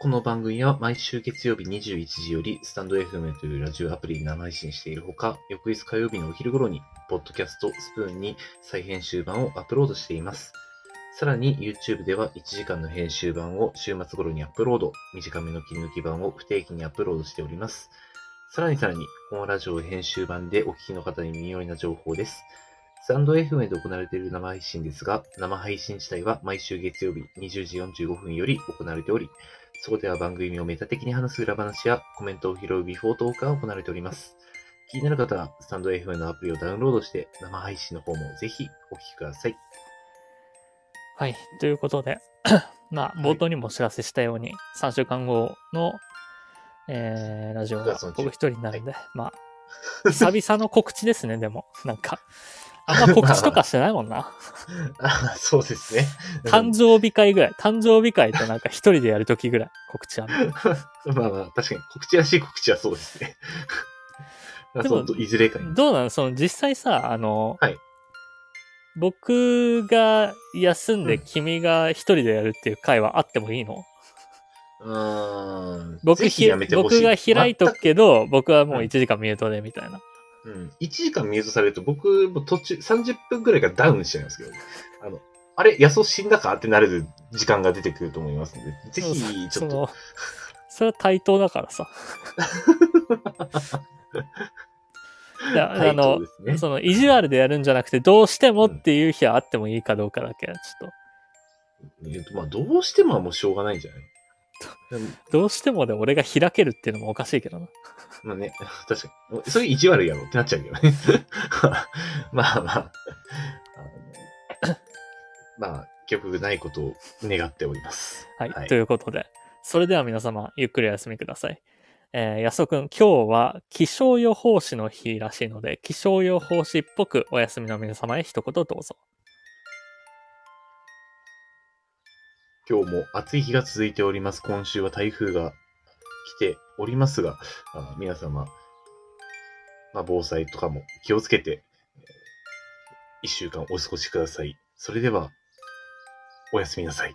[SPEAKER 2] この番組は毎週月曜日21時より、スタンド FM というラジオアプリで生配信しているほか、翌日火曜日のお昼頃に、ポッドキャストスプーンに再編集版をアップロードしています。さらに YouTube では1時間の編集版を週末頃にアップロード、短めの切り抜き版を不定期にアップロードしております。さらにさらに、このラジオ編集版でお聞きの方に耳寄りな情報です。スタンド FM で行われている生配信ですが、生配信自体は毎週月曜日20時45分より行われており、そこでは番組をメタ的に話す裏話やコメントを拾うビフォートークが行われております。気になる方は、スタンド FM のアプリをダウンロードして、生配信の方もぜひお聞きください。
[SPEAKER 1] はい、ということで、 *coughs* まあ、
[SPEAKER 2] い
[SPEAKER 1] 冒頭にもお知らせしたように、3週間後の、えーラジオ
[SPEAKER 2] 9
[SPEAKER 1] が
[SPEAKER 2] 月の10
[SPEAKER 1] 僕一人になるんで、
[SPEAKER 2] *laughs*
[SPEAKER 1] まあ、久々の告知ですね、でも、なんか。あんま告知とかしてないもん
[SPEAKER 2] *laughs*
[SPEAKER 1] な。
[SPEAKER 2] あそうですね。
[SPEAKER 1] 誕生日会ぐらい。誕生日会となんか一人でやるときぐらい告知ある。
[SPEAKER 2] *laughs* うんまあまあ、確かに告知らしい告知はそうですね。あ
[SPEAKER 1] *laughs* でも
[SPEAKER 2] そういずれかに。
[SPEAKER 1] どうなのその実際さ、あの、
[SPEAKER 2] はい
[SPEAKER 1] 僕が休ん
[SPEAKER 2] う
[SPEAKER 1] で
[SPEAKER 2] ん
[SPEAKER 1] 君が一人でやるっていう会はあってもいいの、
[SPEAKER 2] うーん。
[SPEAKER 1] 僕
[SPEAKER 2] ぜひ
[SPEAKER 1] ひ
[SPEAKER 2] やめてほし
[SPEAKER 1] 僕
[SPEAKER 2] い。
[SPEAKER 1] が開いとくけど、僕はもう
[SPEAKER 2] はい
[SPEAKER 1] 1時間ミュートでみたいな。
[SPEAKER 2] 全くうん。1時間ミュートされると、僕、もう途中、30分くらいからダウンしちゃいますけど、あの、あれ、野草死んだかってなれる時間が出てくると思いますので、ぜひ、ち
[SPEAKER 1] そ
[SPEAKER 2] ょっと。
[SPEAKER 1] の、それは対等だから
[SPEAKER 2] *laughs*
[SPEAKER 1] さ。いやあ
[SPEAKER 2] 対等
[SPEAKER 1] の
[SPEAKER 2] で、すね
[SPEAKER 1] その意地悪でやるんじゃなくて、どうしてもっていう日はあってもいいかどうかだけ、ちょっ
[SPEAKER 2] えっとまあ、どうしてもはもうしょうがないんじゃないでも
[SPEAKER 1] と、どうしてもで俺が開けるっていうのもおかしいけどな。
[SPEAKER 2] まあね、確かに。それ意地悪やろってなっちゃうけどね。 *laughs* まあまあ。あのまあ、曲ないことを願っております。
[SPEAKER 1] はい、
[SPEAKER 2] はい
[SPEAKER 1] ということで、それでは皆様、ゆっくりお休みください。えー、安尾くん、今日は気象予報士の日らしいので、気象予報士っぽくお休みの皆様へ一言どうぞ。
[SPEAKER 2] 今日も暑い日が続いております。今週は台風が来ておりますが、あ皆様、まあ、防災とかも気をつけて、えー一週間お過ごしください。それでは、おやすみなさい。